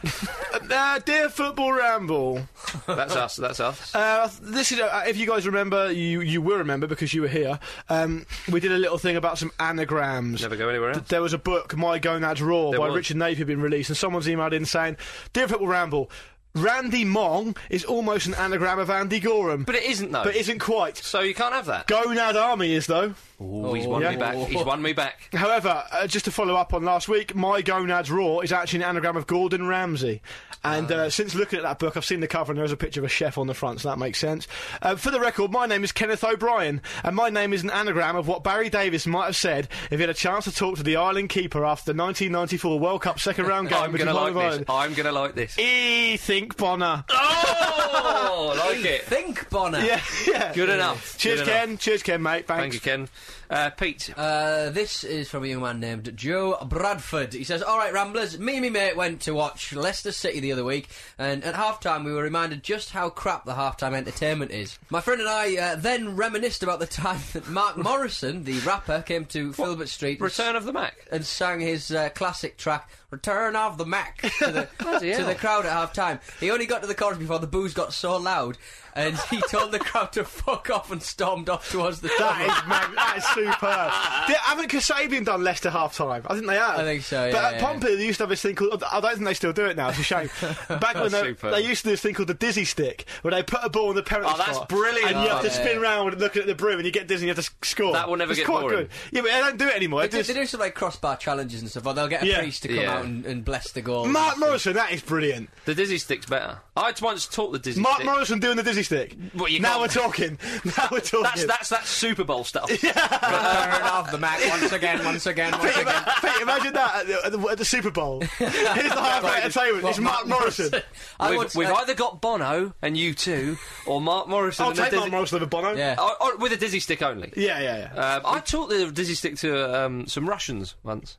Uh, dear Football Ramble,
That's us. That's us.
Uh, this is uh, if you guys remember, you you will remember because you were here. Um, we did a little thing about some anagrams.
Never go anywhere else.
There was a book, My Gonads Raw,
There
by
was.
Richard Napier, being released, and someone's emailed in saying, "Dear Football Ramble, Randy Mong is almost an anagram of Andy Gorham,
But it isn't though.
but isn't quite."
so you can't have that.
Gonad Army is though.
Ooh, he's won
yeah.
me back. He's won me back.
However, uh, just to follow up on last week, my gonads raw is actually an anagram of Gordon Ramsay. And
Ah.
uh, since looking at that book, I've seen the cover and there's a picture of a chef on the front, so that makes sense. Uh, for the record, my name is Kenneth O'Brien, and my name is an anagram of what Barry Davis might have said if he had a chance to talk to the Ireland keeper after the 1994 World Cup second round game
I'm
with
gonna like this. Ah.
Ireland.
I'm gonna like this.
E think Bonner.
Oh, I like
*laughs*
it.
Think, Bonner.
Yeah, yeah.
Good enough.
Cheers,
Good enough.
Ken. Cheers, Ken, mate.
Thank
Thanks.
you, Ken. Uh, Pete.
Uh, this is from a young man named Joe Bradford. He says, All right, Ramblers, me and me mate went to watch Leicester City the other week, and at half time we were reminded just how crap the half time entertainment is. My friend and I uh, then reminisced about the time that
*laughs*
Mark Morrison, the rapper, came to Filbert Street. and
Return of the Mac. *laughs*
and sang his uh, classic track "Return of the Mac" to the, to the crowd at half time. He only got to the chorus before the booze got so loud, and he told the crowd to *laughs* fuck off and stormed off
*laughs*
towards the
That
tunnel.
is mag- that is superb. They- haven't Kasabian done Leicester half time? I think they have.
I think so,
But
yeah,
at
yeah,
Pompey, they used to have this thing called. I don't think they still do it now. It's a shame. Back when they,
superb.
they used to do this thing called the dizzy stick, where they put a ball in the penalty
Oh, that's
spot,
brilliant.
And you have
Oh,
to
yeah.
spin round and look at the broom, and you get dizzy, and you have to s- score.
That will never
it's
get
quite
boring.
good. Yeah, but they don't do it anymore.
They
It
do,
just-
they do some like crossbar challenges and stuff, or they'll get a
Yeah.
priest to come
Yeah.
out and, and bless the goal.
Mark Morrison, that is brilliant.
The dizzy stick's better. I once taught the dizzy
Mark
stick.
Morrison doing the dizzy stick.
Well, you
now
can't-
we're talking. *laughs* Now we're talking.
That's that's that Super Bowl
*laughs*
stuff.
Turn off the Mac once again, once again, once
Pete,
again.
ima- *laughs* Pete, imagine that at the, at the, at the Super Bowl. Here's the half
Right.
entertainment. It's
What,
Mark Morrison.
I
we've
once-
we've
I-
either got Bono and you two, or Mark Morrison.
I'll
and the
take
dizzy-
Mark Morrison over Bono.
Yeah.
Or, or with a dizzy stick only.
Yeah, yeah, yeah.
Um, I taught the dizzy stick to um, some Russians
*laughs*
once.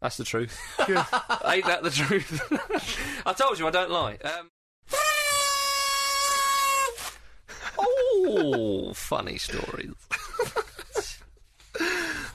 That's the truth. *laughs* Ain't that the truth? *laughs* I told you I don't lie. Um,
*laughs*
oh, funny stories.
*laughs*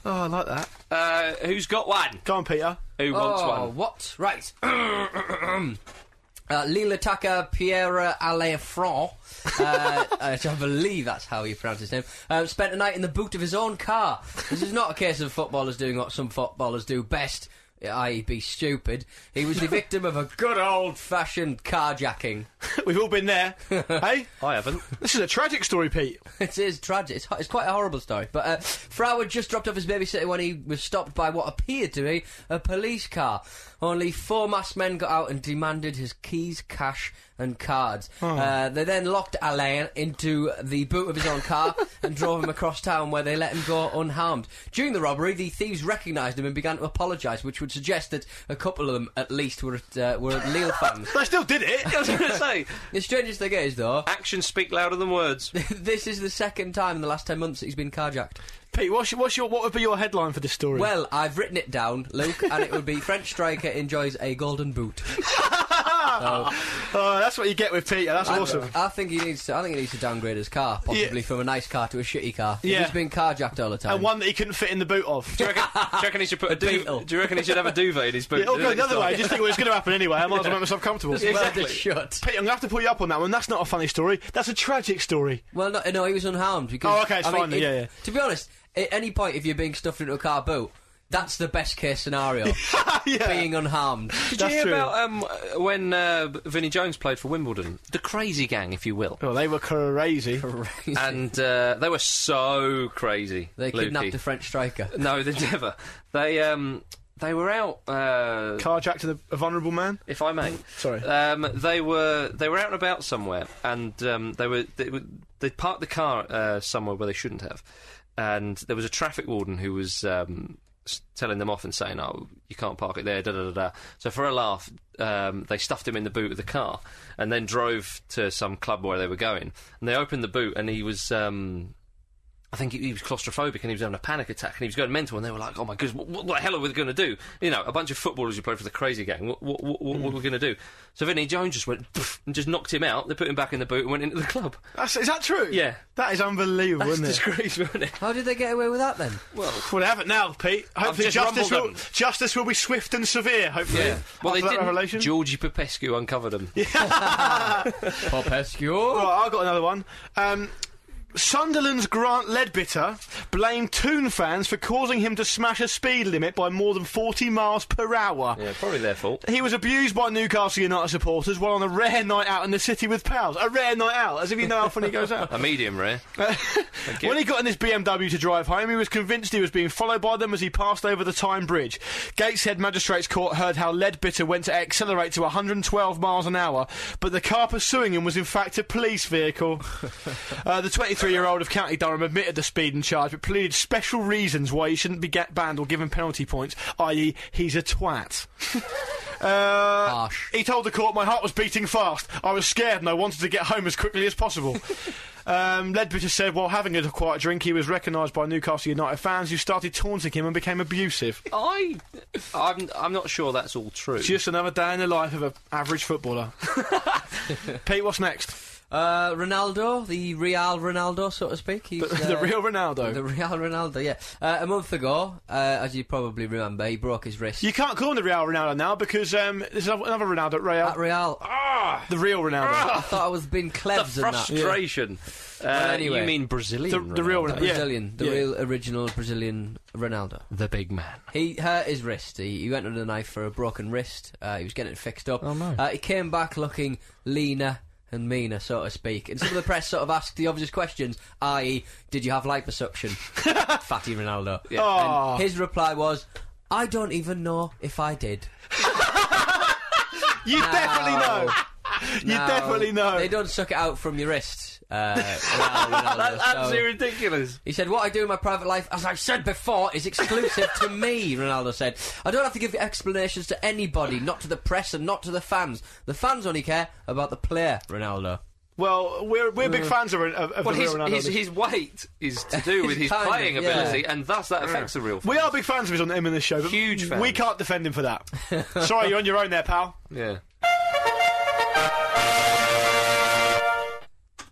Oh, I like that.
Uh, who's got one?
Go on, Peter. *laughs*
Who wants
Oh,
one?
what? Right. *clears throat* uh, Lila Taka Pierre Alefran, uh, which I believe that's how you pronounce his name, um, spent a night in the boot of his own car. This is not a case of footballers doing what some footballers do best, i.e., be stupid. He was the victim of a good old fashioned carjacking.
We've all been there. hey?
I haven't.
This is a tragic story, Pete.
It is tragic. It's, it's quite a horrible story. But uh, Frau had just dropped off his babysitter when he was stopped by what appeared to be a police car. Only four masked men got out and demanded his keys, cash, and cards. Uh, they then locked Alain into the boot of his own car and drove him across town, where they let him go unharmed. During the robbery, the thieves recognised him and began to apologise, which would suggest that a couple of them, at least, were uh, were Lille
*laughs*
fans.
They still did it.
*laughs* I was going to say,
the strangest thing is, though, *laughs*
actions speak louder than words.
this is the second time in the last ten months that he's been carjacked.
Pete, what's your, what's your, what would be your headline for this story? *laughs*
Well, I've written it down, Luke, and it would be French striker enjoys a golden boot.
oh, that's what you get with Peter. That's awesome.
I think he needs to. I think he needs to downgrade his car, possibly
Yeah.
from a nice car to a shitty car.
Yeah.
He's been carjacked all the time.
And
*laughs*
one that he couldn't fit in the boot of.
Do you reckon, do you reckon he should
*laughs*
put a,
beetle.
duvet? Do you reckon he should have a duvet in his boot?
It all
Do you
goes
think
oh, the other
so?
way. I just think well, it's going to happen anyway. I might as well make myself comfortable.
Well,
Pete,
that's shut.
I'm going to have to pull you up on that one. That's not a funny story. That's a tragic story. *laughs*
Well, no, no, he was unharmed because.
Oh, okay, it's
I mean,
fine then,
if-
yeah, yeah.
To be honest, at any point, if you're being stuffed into a car boot, that's the best case scenario.
*laughs* yeah.
being unharmed.
Did
That's
you hear
true.
about um, uh, when uh, Vinnie Jones played for Wimbledon? The Crazy Gang, if you
*laughs*
will.
Oh, they were crazy.
Crazy.
And uh, they were so crazy.
they
Lukey.
kidnapped a French striker.
No, they never. They um, they were out. Uh,
Carjacked to the, a vulnerable man.
if I may,
Sorry.
Um, they were they were out and about somewhere, and um, they were they, were- they parked the car uh, somewhere where they shouldn't have, and there was a traffic warden who was um, s- telling them off and saying, "Oh, you can't park it there." Da da da da. So for a laugh, um, they stuffed him in the boot of the car, and then drove to some club where they were going, and they opened the boot, and he was. Um, I think he, he was claustrophobic and he was having a panic attack and he was going mental and they were like, oh my goodness, what, what the hell are we going to do? You know, a bunch of footballers who play for the crazy gang, what, what, what, what, what
Mm.
are we going to do? So Vinny Jones just went "Pff," and just knocked him out. They put him back in the boot and went into the
*laughs*
club.
That's, is that true?
Yeah.
That is unbelievable,
That's
isn't it?
disgraceful, isn't it?
How did they get away with that then?
Well, they haven't now, Pete. Hopefully,
just
justice
rumbled
will,
them.
justice will be swift and severe. Hopefully,
*laughs* Well,
after
they
that
didn't.
revelation.
Georgie Popescu uncovered him.
Popescu.
Right, I've got another one. Um, Sunderland's Grant Ledbetter blamed Toon fans for causing him to smash a speed limit by more than 40 miles per hour.
Yeah, probably their fault.
He was abused by Newcastle United supporters while on a rare night out in the city with pals. A rare night out, as if you know how funny he goes out.
A medium rare.
When he got in this BMW to drive home, he was convinced he was being followed by them as he passed over the Tyne Bridge. Gateshead Magistrates Court heard how Leadbitter went to accelerate to 112 miles an hour, but the car pursuing him was in fact a police vehicle. uh, the 23 year old of County Durham admitted the speeding charge, but pleaded special reasons why he shouldn't be get banned or given penalty points, i.e., he's a twat. Uh,
Harsh.
He told the court, "My heart was beating fast. I was scared, and I wanted to get home as quickly as
*laughs*
possible." um, Ledbetter said, while having a quiet drink, he was recognised by Newcastle United fans who started taunting him and became abusive.
I, I'm, I'm not sure that's all true.
Just another day in the life of an average
*laughs*
footballer. Pete, what's next?
Uh, Ronaldo, the Real Ronaldo, so to speak. He's,
The, *laughs* the
uh,
real Ronaldo.
The Real Ronaldo, yeah. Uh, a month ago, uh, as you probably remember, he broke his wrist
you can't call him the Real Ah! Ronaldo now because um, there's another Ronaldo at Real.
at Real.
the real Ronaldo.
I thought I was being
The
clever than that.
frustration. Uh,
anyway.
you mean Brazilian?
The- the real
Ronaldo.
Ronaldo.
The
Yeah.
Brazilian, the
Yeah.
real original Brazilian Ronaldo.
the big man.
He hurt his wrist. He, he went under the knife for a broken wrist. Uh, he was getting it fixed up.
Oh, no.
uh, he came back looking leaner and meaner, so to speak. And some of the press sort of asked the obvious questions, i.e., did you have liposuction? Fatty Ronaldo.
Aw.
And his reply was, I don't even know if I did.
You definitely know. You
Now,
definitely know.
They don't suck it out from your wrist.
*laughs*
Uh, Ronaldo, Ronaldo,
That's
so-
absolutely ridiculous.
He said, What I do in my private life, as I've said before, is exclusive
*laughs*
to me, Ronaldo said. I don't have to give explanations to anybody, not to the press and not to the fans. The fans only care about the player, Ronaldo.
Well, we're we're big fans of, of, of
Mm. Well,
the
his,
real Ronaldo.
his, his weight is to do
*laughs*
with his
Kind of,
playing
yeah.
ability, and thus that affects the real.
we are big fans of his on him in this show, but
Huge
we
fans.
can't defend him for
*laughs*
that. Sorry, you're on your own there, pal.
Yeah.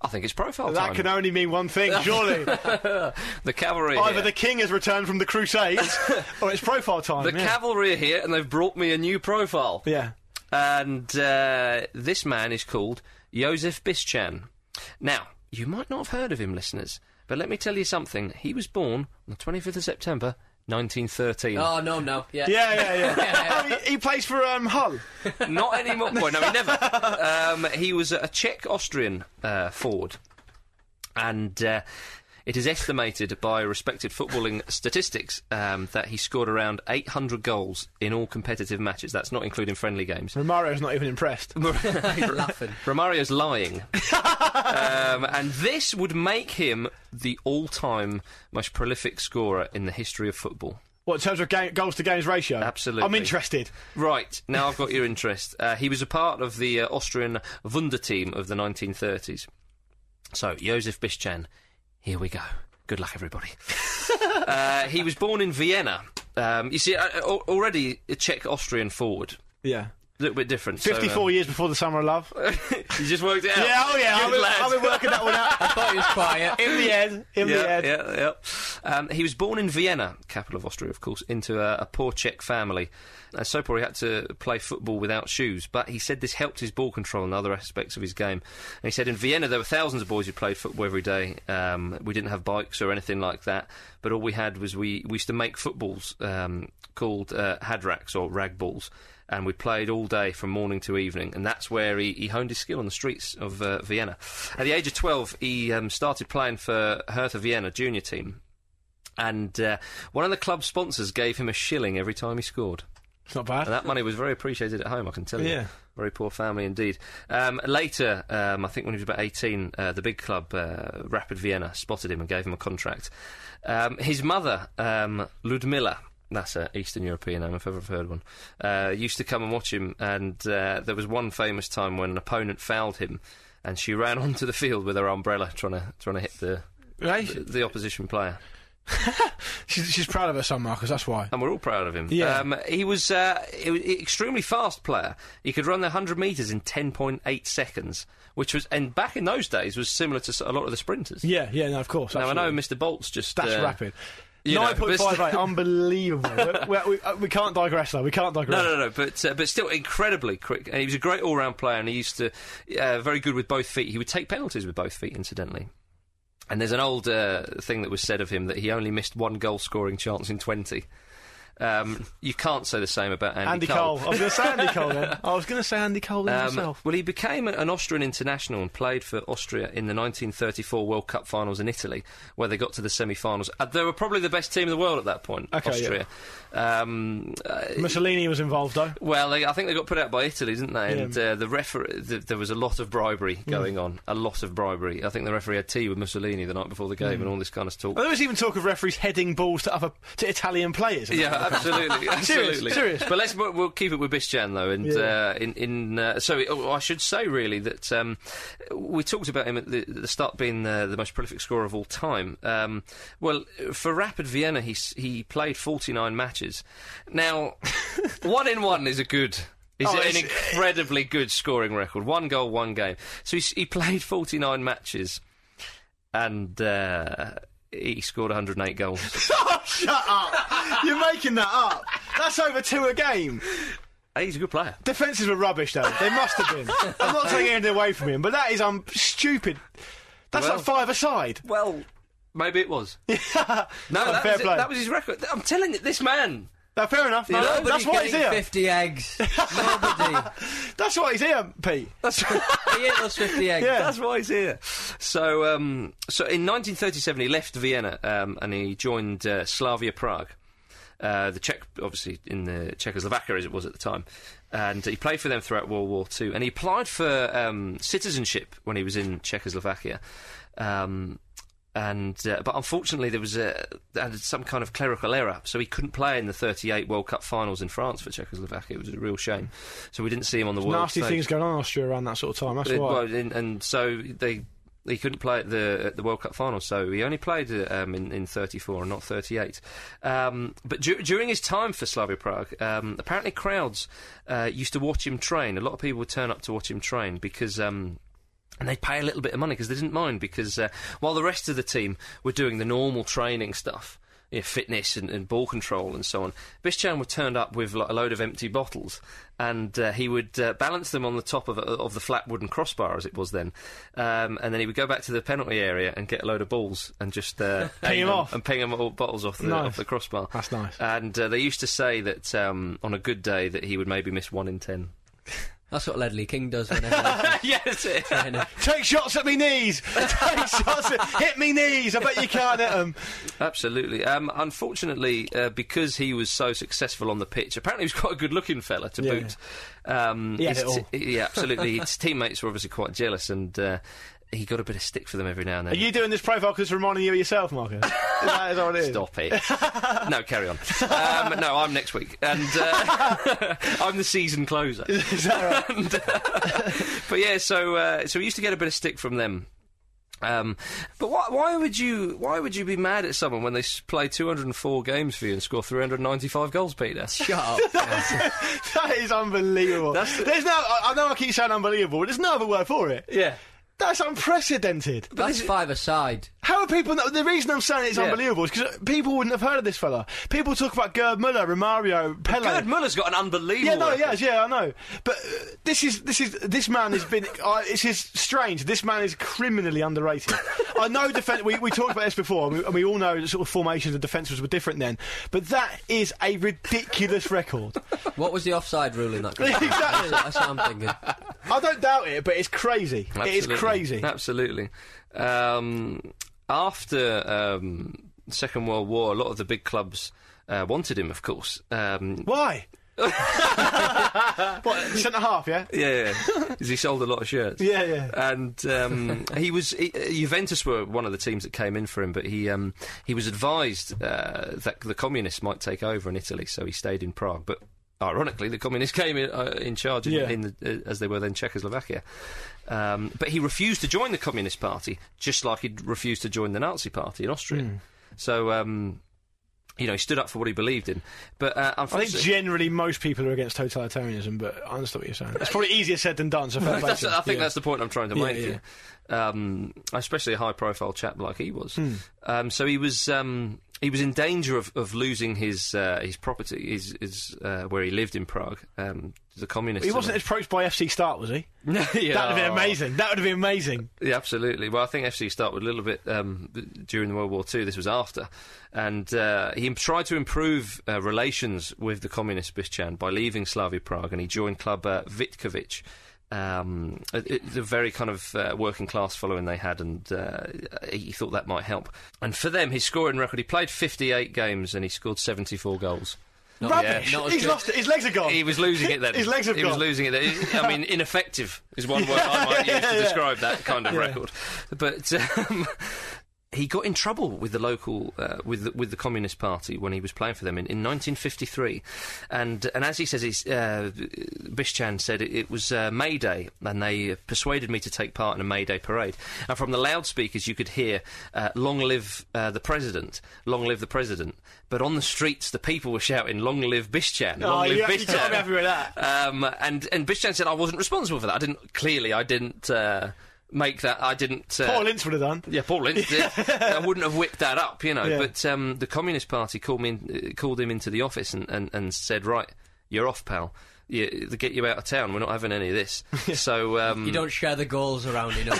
I think it's profile
That
time.
can only mean
*laughs*
one thing, surely.
the cavalry.
Either
here.
the king has returned from
*laughs*
the Crusades, or it's profile time.
The
yeah.
cavalry are here, and they've brought me a new profile.
Yeah.
And uh, this man is called Josef Bischan. Now, you might not have heard of him, listeners, but let me tell you something. He was born on the 25th of September, 1913.
Oh, no, no. Yeah.
Yeah, yeah,
*laughs*
yeah. oh, he, he plays for um, Hull.
Not anymore. Well, no, he never. Um, he was a Czech Austrian uh, forward, and uh, it is estimated by respected footballing statistics um, that he scored around 800 goals in all competitive matches. That's not including friendly
*laughs*
games.
Romario's not even impressed.
He's laughing.
Romario's lying, um, and this would make him the all-time most prolific scorer in the history of football.
What, in terms of ga- goals to games ratio?
Absolutely.
I'm interested.
Right, now I've got your interest. Uh, he was a part of the uh, Austrian Wunder team of the 1930s. So, Josef Bischan, here we go. Good luck,
*laughs*
everybody. uh, he was born in Vienna. Um, you see, uh, al- already a Czech Austrian forward.
Yeah.
A little bit different. so,
54
um, *laughs*
years before the Summer of Love.
you just worked it out.
yeah, oh yeah. I've
Good
been,
lad.
I've been working that
*laughs*
one out.
I thought he was quiet.
In the end. In the
yeah,
end.
yeah, yeah. Um, he was born in Vienna, capital of Austria, of course, into a, a poor Czech family. Uh, so poor he had to play football without shoes, but he said this helped his ball control and other aspects of his game. And he said in Vienna there were thousands of boys who played football every day. Um, we didn't have bikes or anything like that, but all we had was we, we used to make footballs um, called uh, hadracks or rag balls. And we played all day from morning to evening, and that's where he, he honed his skill on the streets of uh, Vienna. At the age of 12, he um, started playing for Hertha Vienna junior team, and uh, one of the club's sponsors gave him a shilling every time he scored.
It's not bad.
And that money was very appreciated at home, I can tell you.
Yeah.
Very poor family indeed. Um, later, um, I think when he was about 18, uh, the big club, uh, Rapid Vienna, spotted him and gave him a contract. Um, his mother, um, Ludmilla, that's an Eastern European name if I've ever heard one, uh, used to come and watch him. And uh, there was one famous time when an opponent fouled him and she ran *laughs* onto the field with her umbrella trying to, trying to hit the,
Right?
the opposition player.
She's, she's proud of her son, Marcus, that's why.
And we're all proud of him.
Yeah.
Um, he was uh, he was an extremely fast player. He could run the 100 metres in 10.8 seconds, which was, and back in those days, was similar to s- a lot of the sprinters.
Yeah, yeah, no, of course.
now, I know
absolutely.
Mr. Bolt's just.
That's
uh,
rapid.
you know,
Nine point five
but- *laughs*
eight, unbelievable. we, we, we, uh, we can't digress though. We can't digress.
No, no, no, but uh, but still incredibly quick. And he was a great all-round player, and he used to uh, very good with both feet. He would take penalties with both feet, incidentally. And there's an old uh, thing that was said of him that he only missed one goal-scoring chance in twenty. Um, you can't say the same about Andy,
Andy Cole. I was going to say Andy
*laughs*
Cole then. I was going to say Andy Cole then
Um,
myself.
well, he became an Austrian international and played for Austria in the 1934 World Cup finals in Italy, where they got to the semi finals. Uh, they were probably the best team in the world at that point,
Okay,
Austria. Um, uh,
Mussolini was involved though.
well, they, I think they got put out by Italy, didn't they?
Yeah. Mm.
And uh, the referee, th there was a lot of bribery going on. A lot of bribery. I think the referee had tea with Mussolini the night before the
Mm.
game and all this kind of talk.
Well, there was even talk of referees heading balls to other to Italian players.
Yeah,
*laughs*
absolutely, absolutely.
serious.
But let's we'll we'll keep it with Bischan though, and
Yeah.
uh, in in uh, so oh, I should say really that um, we talked about him at the, the start being the, the most prolific scorer of all time. Um, well, for Rapid Vienna, he s- he played forty nine matches.
*laughs*
Now, one in one is a good. Is
Oh,
an
it's- *laughs*
incredibly good scoring record. One goal, one game. So he, s- he played 49 matches and uh, he scored 108
*laughs*
goals.
Shut up! You're making that up. That's over two a game.
He's a good player.
Defences were rubbish, though. They must have been. I'm not taking anything away from him, but that is um, stupid. That's
Well-
like five aside.
Well, maybe it
*laughs*
was. no,
Oh,
that
fair
was, it-
play.
that was his record. I'm telling you, this man.
No, fair enough. No,
Nobody
that's why he's
getting
here. *laughs*
50 eggs. Nobody.
That's why he's here, Pete. *laughs*
That's.
he ate those 50 eggs.
Yeah.
*laughs* That's why he's here. So, um, so in 1937, he left Vienna um, and he joined uh, Slavia Prague. Uh, the Czech, obviously, in the Czechoslovakia as it was at the time, and he played for them throughout World War Two. And he applied for um, citizenship when he was in Czechoslovakia, um, and uh, but unfortunately there was a, there was some kind of clerical error, so he couldn't play in the 38 World Cup finals in France for Czechoslovakia. It was a real shame. So we didn't see him on the world
Nasty
stage.
things going on in Austria around that sort of time. That's
It-
why.
well, and, and so they he couldn't play at the at the World Cup final, so he only played uh, um, in, in 34 and not 38. Um, but du- during his time for Slavia Prague, um, apparently crowds uh, used to watch him train. A lot of people would turn up to watch him train because. Um, and they'd pay a little bit of money because they didn't mind because uh, while the rest of the team were doing the normal training stuff, you know, fitness and, and ball control and so on, Bischan would turn up with like, a load of empty bottles and uh, he would uh, balance them on the top of, of the flat wooden crossbar as it was then. Um, and then he would go back to the penalty area and get a load of balls and just
*laughs*
uh,
Ping 'em
them
off.
and ping them all bottles off the,
Nice.
off the crossbar.
That's nice.
And uh, they used to say that um, on a good day that he would maybe miss one in ten.
That's what Ledley King
*laughs*
does whenever
yeah, that's it.
he's trying to-
Take shots at
*laughs*
me knees. Take shots. At, hit me knees. I bet you can't hit them.
Absolutely. Um, unfortunately, uh, because he was so successful on the pitch, apparently he was *laughs* quite a good-looking fella to
Yeah.
boot. Um,
He had
his
it all.
t- yeah,
*laughs*
absolutely. his teammates were obviously quite jealous, and uh, he got a bit of stick for them every now and
Are
then.
you doing this profile because it's reminding you of
*laughs*
yourself, Marcus? that is what it is.
Stop it. no, carry on. Um, no, I'm next week, and uh, *laughs* I'm the season
*laughs*
closer. And, uh, but yeah, so uh, so we used to get a bit of stick from them. Um, but why, why would you why would you be mad at someone when they s- play 204 games for you and score 395 goals,
*laughs*
Peter?
Shut up.
*laughs* That is unbelievable.
That's the-
There's no. I I know I keep saying unbelievable, but there's no other word for it.
Yeah.
That's unprecedented.
That's five aside.
How are people? not- The reason I'm saying it's
Yeah.
unbelievable is because people wouldn't have heard of this fella. People talk about Gerd Muller, Romario, Pele.
Gerd Muller's got an unbelievable.
yeah, no,
record.
yes, yeah, I know. But uh, this is this is this man has been. *laughs* Uh, this is strange. This man is
*laughs*
criminally underrated. I know defense. We, we talked about this before, and we, and we all know that sort of formations and defences were different then. But that is a ridiculous record.
What was the offside rule
*laughs*
in that? game?
Exactly.
That's, that's what I'm thinking.
I don't doubt it, but it's crazy. It
Absolutely.
is crazy.
Absolutely. Um, after um, Second World War, a lot of the big clubs uh, wanted him, of course. Um, *laughs*
Why? what centre half? Yeah.
yeah, because he sold a lot of shirts.
*laughs* Yeah, yeah.
And
*laughs*
um, he was he, uh, Juventus were one of the teams that came in for him, but he um, he was advised uh, that the communists might take over in Italy, so he stayed in Prague. But ironically, the communists came in, uh, in charge in,
Yeah.
in the, uh, as they were then Czechoslovakia. Um, but he refused to join the Communist Party, just like he refused to join the Nazi Party in Austria.
Hmm.
So. Um, you know, he stood up for what he believed in, but uh,
I think
unfortunately,
generally most people are against totalitarianism, but I understand what you're saying. It's probably easier said than done. So fair
*laughs*
play
That's-
to you.
I think
Yeah.
that's the point I'm trying to
Yeah,
make.
yeah. Hmm.
here. Um, especially a high-profile chap like he was. Um, so he was um, he was in danger of, of losing his uh, his property, his, his uh, where he lived in Prague. Um, the communists.
He wasn't approached by FC Start, was he? *laughs*
*laughs*
That would have been amazing. That would have been amazing.
Yeah, absolutely. Well, I think FC started a little bit um, during the World War Two. This was after, and uh, he tried to improve uh, relations with the communist Bischan by leaving Slavia Prague, and he joined club uh, Vitkovic. Um, it- it- the very kind of uh, working class following they had, and uh, he thought that might help. And for them, his scoring record, he played 58 games and he scored 74 goals.
Not-
Rubbish.
not as
He's
good.
lost it. His legs are gone.
He was losing it then.
Oh. *laughs* His legs have
he was
gone.
losing it then. I
*laughs*
mean, ineffective is one word I might use to
yeah.
describe that kind of
Yeah.
record. But um, he got in trouble with the local, uh, with the, with the Communist Party when he was playing for them in, in 1953, and and as he says, it's, uh, Bishchan said it, it was uh, May Day, and they persuaded me to take part in a May Day parade. And from the loudspeakers, you could hear uh, "Long live uh, the president! Long live the president!" But on the streets, the people were shouting "Long live Bishchan!"
Oh,
Long live
you- you
Bishchan."
can't be happy with that.
Um, and and Bishchan said I wasn't responsible for that. I didn't clearly. I didn't uh, make that. I didn't. Uh,
Paul Ince would have done.
yeah, Paul Lynch
*laughs*
did. I wouldn't have whipped that up, you know.
Yeah.
But um, the Communist Party called me, in, uh, called him into the office and, and, and said, "Right, you're off, pal." you, they get you out of town. We're not having any of
*laughs*
this. so um,
You don't share the goals around enough.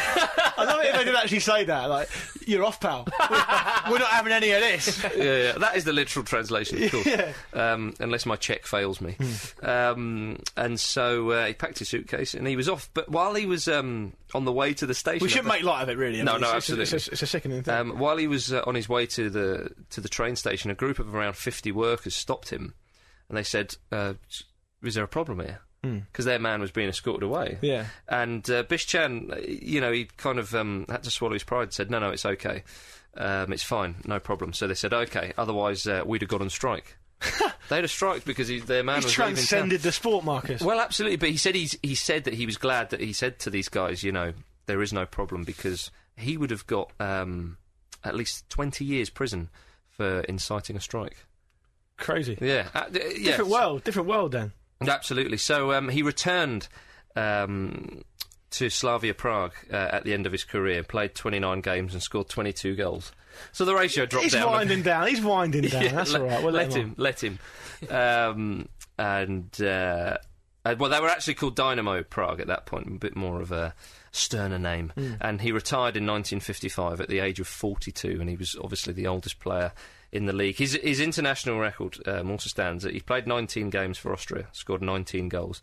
I love it if they did actually say that. Like, you're
*laughs*
off, pal. We're, we're not having any of this.
*laughs* yeah, yeah, that is the literal translation, of course. Um, unless my check fails me.
Hmm.
um, and so uh, he packed his suitcase and he was off. But while he was um, on the way to the station,
We shouldn't make light of it, really. I
No,
mean,
no,
it's, it's- It's,
absolutely.
a- it's a sickening thing.
um, while he was uh, on his way to the to the train station, a group of around fifty workers stopped him, and they said, uh, "Is there a problem here?" Because their man was being escorted away.
Yeah.
And uh, Bish Chan, uh, you know, he kind of um, had to swallow his pride. and Said, "No, no, it's okay, um, it's fine, no problem." So they said, "Okay, otherwise uh, we'd have gone on strike." They'd have strike because he, their man
He's
was leaving town.
transcended the sport, Marcus.
Well, absolutely. But he said he's, he said that he was glad that he said to these guys, you know, there is no problem because he would have got um, at least twenty years prison for inciting a strike.
Crazy.
Yeah, uh, d- yeah.
Different world. Different world, then.
Absolutely. So um, he returned um, to Slavia Prague uh, at the end of his career, played 29 games and scored 22 goals. So the ratio dropped
He's
down.
winding down. He's winding
*laughs*
down.
Yeah,
That's
le-
all right. We'll
let,
let,
him, let him. um, and uh, uh, well, they were actually called Dynamo Prague at that point, a bit more of a sterner name.
Hmm.
And he retired in 1955 at the age of 42, and he was obviously the oldest player in the league. His his international record um, also stands. He played 19 games for Austria, scored 19 goals,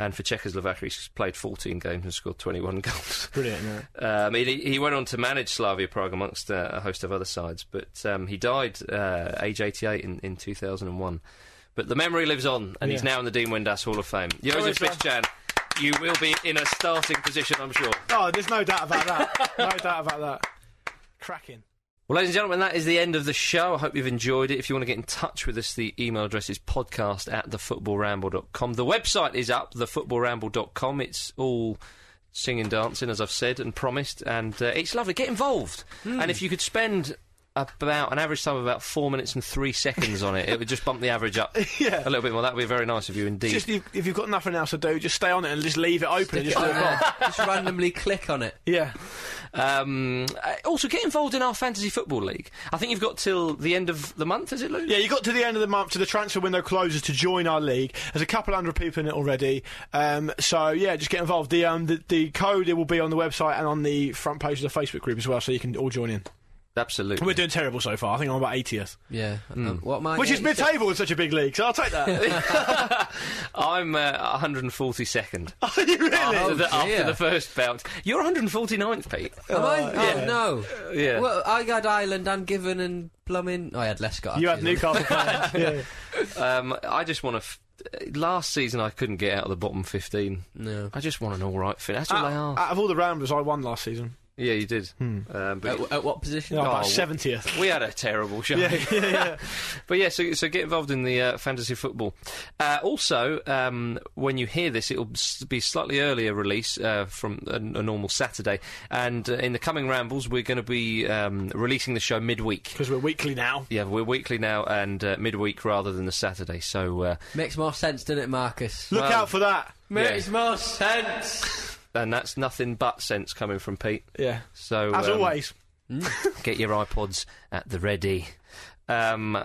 and for Czechoslovakia, he played 14 games and scored 21 *laughs* goals.
Brilliant. yeah.
Um, he, he went on to manage Slavia Prague amongst uh, a host of other sides, but um, he died uh, age 88 in, in 2001. But the memory lives on, and he's
Yeah.
now in the Dean Windass Hall of Fame. Josef
Always,
Bischan, you will be in a starting position, I'm sure.
Oh, there's no doubt about that.
*laughs*
no doubt about that. Cracking.
Well, ladies and gentlemen, that is the end of the show. I hope you've enjoyed it. If you want to get in touch with us, the email address is podcast at thefootballramble.com. The website is up, thefootballramble.com. It's all singing, dancing, as I've said and promised, and uh, it's lovely. Get involved.
Hmm.
And if you could spend about an average time of about four minutes and three seconds on it, it would just bump the average up
*laughs* Yeah.
a little bit more. That would be very nice of you indeed.
Just if, if you've got nothing else to do, just stay on it and just leave it open and just walk on.
Yeah, just randomly click on it.
Yeah.
Um, uh, also, get involved in our fantasy football league. I think you've got till the end of the month, is it, Lou?
Yeah, you got to the end of the month, to the transfer window closes to join our league. There's a couple hundred people in it already, um, so yeah, just get involved. The, um, the the code it will be on the website and on the front page of the Facebook group as well, so you can all join in.
Absolutely.
We're doing terrible so far. I think I'm about 80th,
Yeah. Um, what am I-
which is
yeah, you said-
mid-table in such a big league, so I'll take that.
*laughs*
*laughs*
I'm uh, 142nd
Are you really?
after, the, after
dear.
the first bout. You're 149th, Pete.
Am I?
yeah.
Oh, no.
Uh, yeah.
Well, I had Ireland and Given and Plumbing. Oh, I had
*laughs*
Lescott.
you had
actually.
Newcastle. players. yeah.
Um, I just want to. F- uh, last season, I couldn't get out of the bottom 15.
No.
I just want an all right finish. That's all they are.
Out, out of all the rounders, I won last season.
yeah, you did. Um, but
At, at what position?
No, about
Oh.
70th.
we had a terrible show. Yeah, *laughs* but yeah, so, so get involved in the uh, fantasy football. Uh, also, um, when you hear this, it'll s- be slightly earlier release uh, from a, a normal Saturday. And uh, in the coming rambles, we're going to be um, releasing the show midweek.
Because we're weekly now.
Yeah, we're weekly now and uh, midweek rather than the Saturday. So, uh,
Makes more sense, doesn't it, Marcus?
Look out for that.
Makes more sense. *laughs*
and that's nothing but sense coming from Pete.
Yeah.
So,
As
um,
always.
get your iPods at the ready. Um,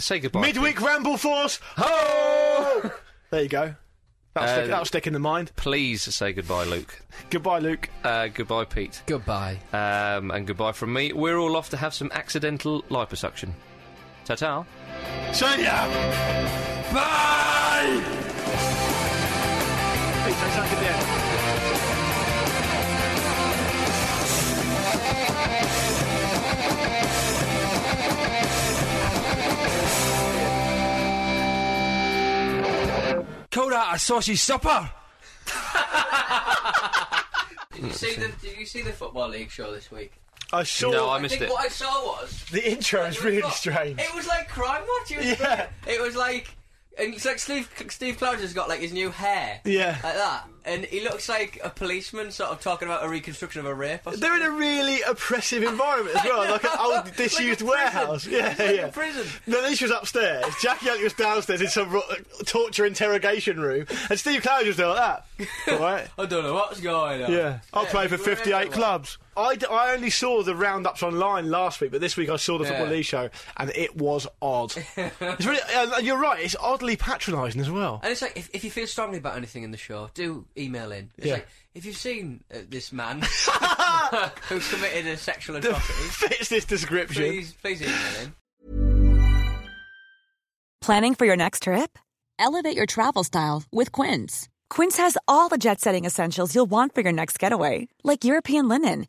say goodbye.
Midweek ramble force. *laughs* Ho! there you go. That'll,
Uh,
stick, that'll stick in the mind.
Pete. Please say goodbye, Luke.
Goodbye, Luke.
Uh, goodbye, Pete.
Goodbye.
Um, and goodbye from me. We're all off to have some accidental liposuction. Ta ta.
See ya.
Bye!
Hey, take that good there.
Call that a saucy supper!
*laughs* Did you see the Did you see the football league show this week?
Oh, I saw
No, I
I
missed
think
it.
what I saw was
the intro is really strange.
It was like crime watch. It was,
Yeah.
brilliant. it was like. And it's like Steve Steve Cloud has got like his new hair,
Yeah.
like that, and he looks like a policeman, sort of talking about a reconstruction of a rape. Or something.
They're in a really oppressive environment as well,
*laughs*
like an old disused
Like a prison.
warehouse. Yeah,
It's like a
yeah.
prison.
No, this was upstairs. Jackie Elliott was downstairs in some ro- uh, torture interrogation room, and Steve Cloud was there like
*laughs*
that. All right.
I don't know what's going on.
Yeah, I'll play for
wherever
58
it
clubs. I, d- I only saw the roundups online last week, but this week I saw the Football
Yeah.
League show, and it was odd.
*laughs*
it's really, and and you're right, it's oddly patronising as
*laughs*
well.
And it's like, if, if you feel strongly about anything in the show, do email in. It's
Yeah.
like, if you've seen uh, this
*laughs*
man *laughs* who's committed a sexual atrocity,
Fits this description.
please, please email in.
Planning for your next trip? Elevate your travel style with Quince. Quince has all the jet setting essentials you'll want for your next getaway, like European linen,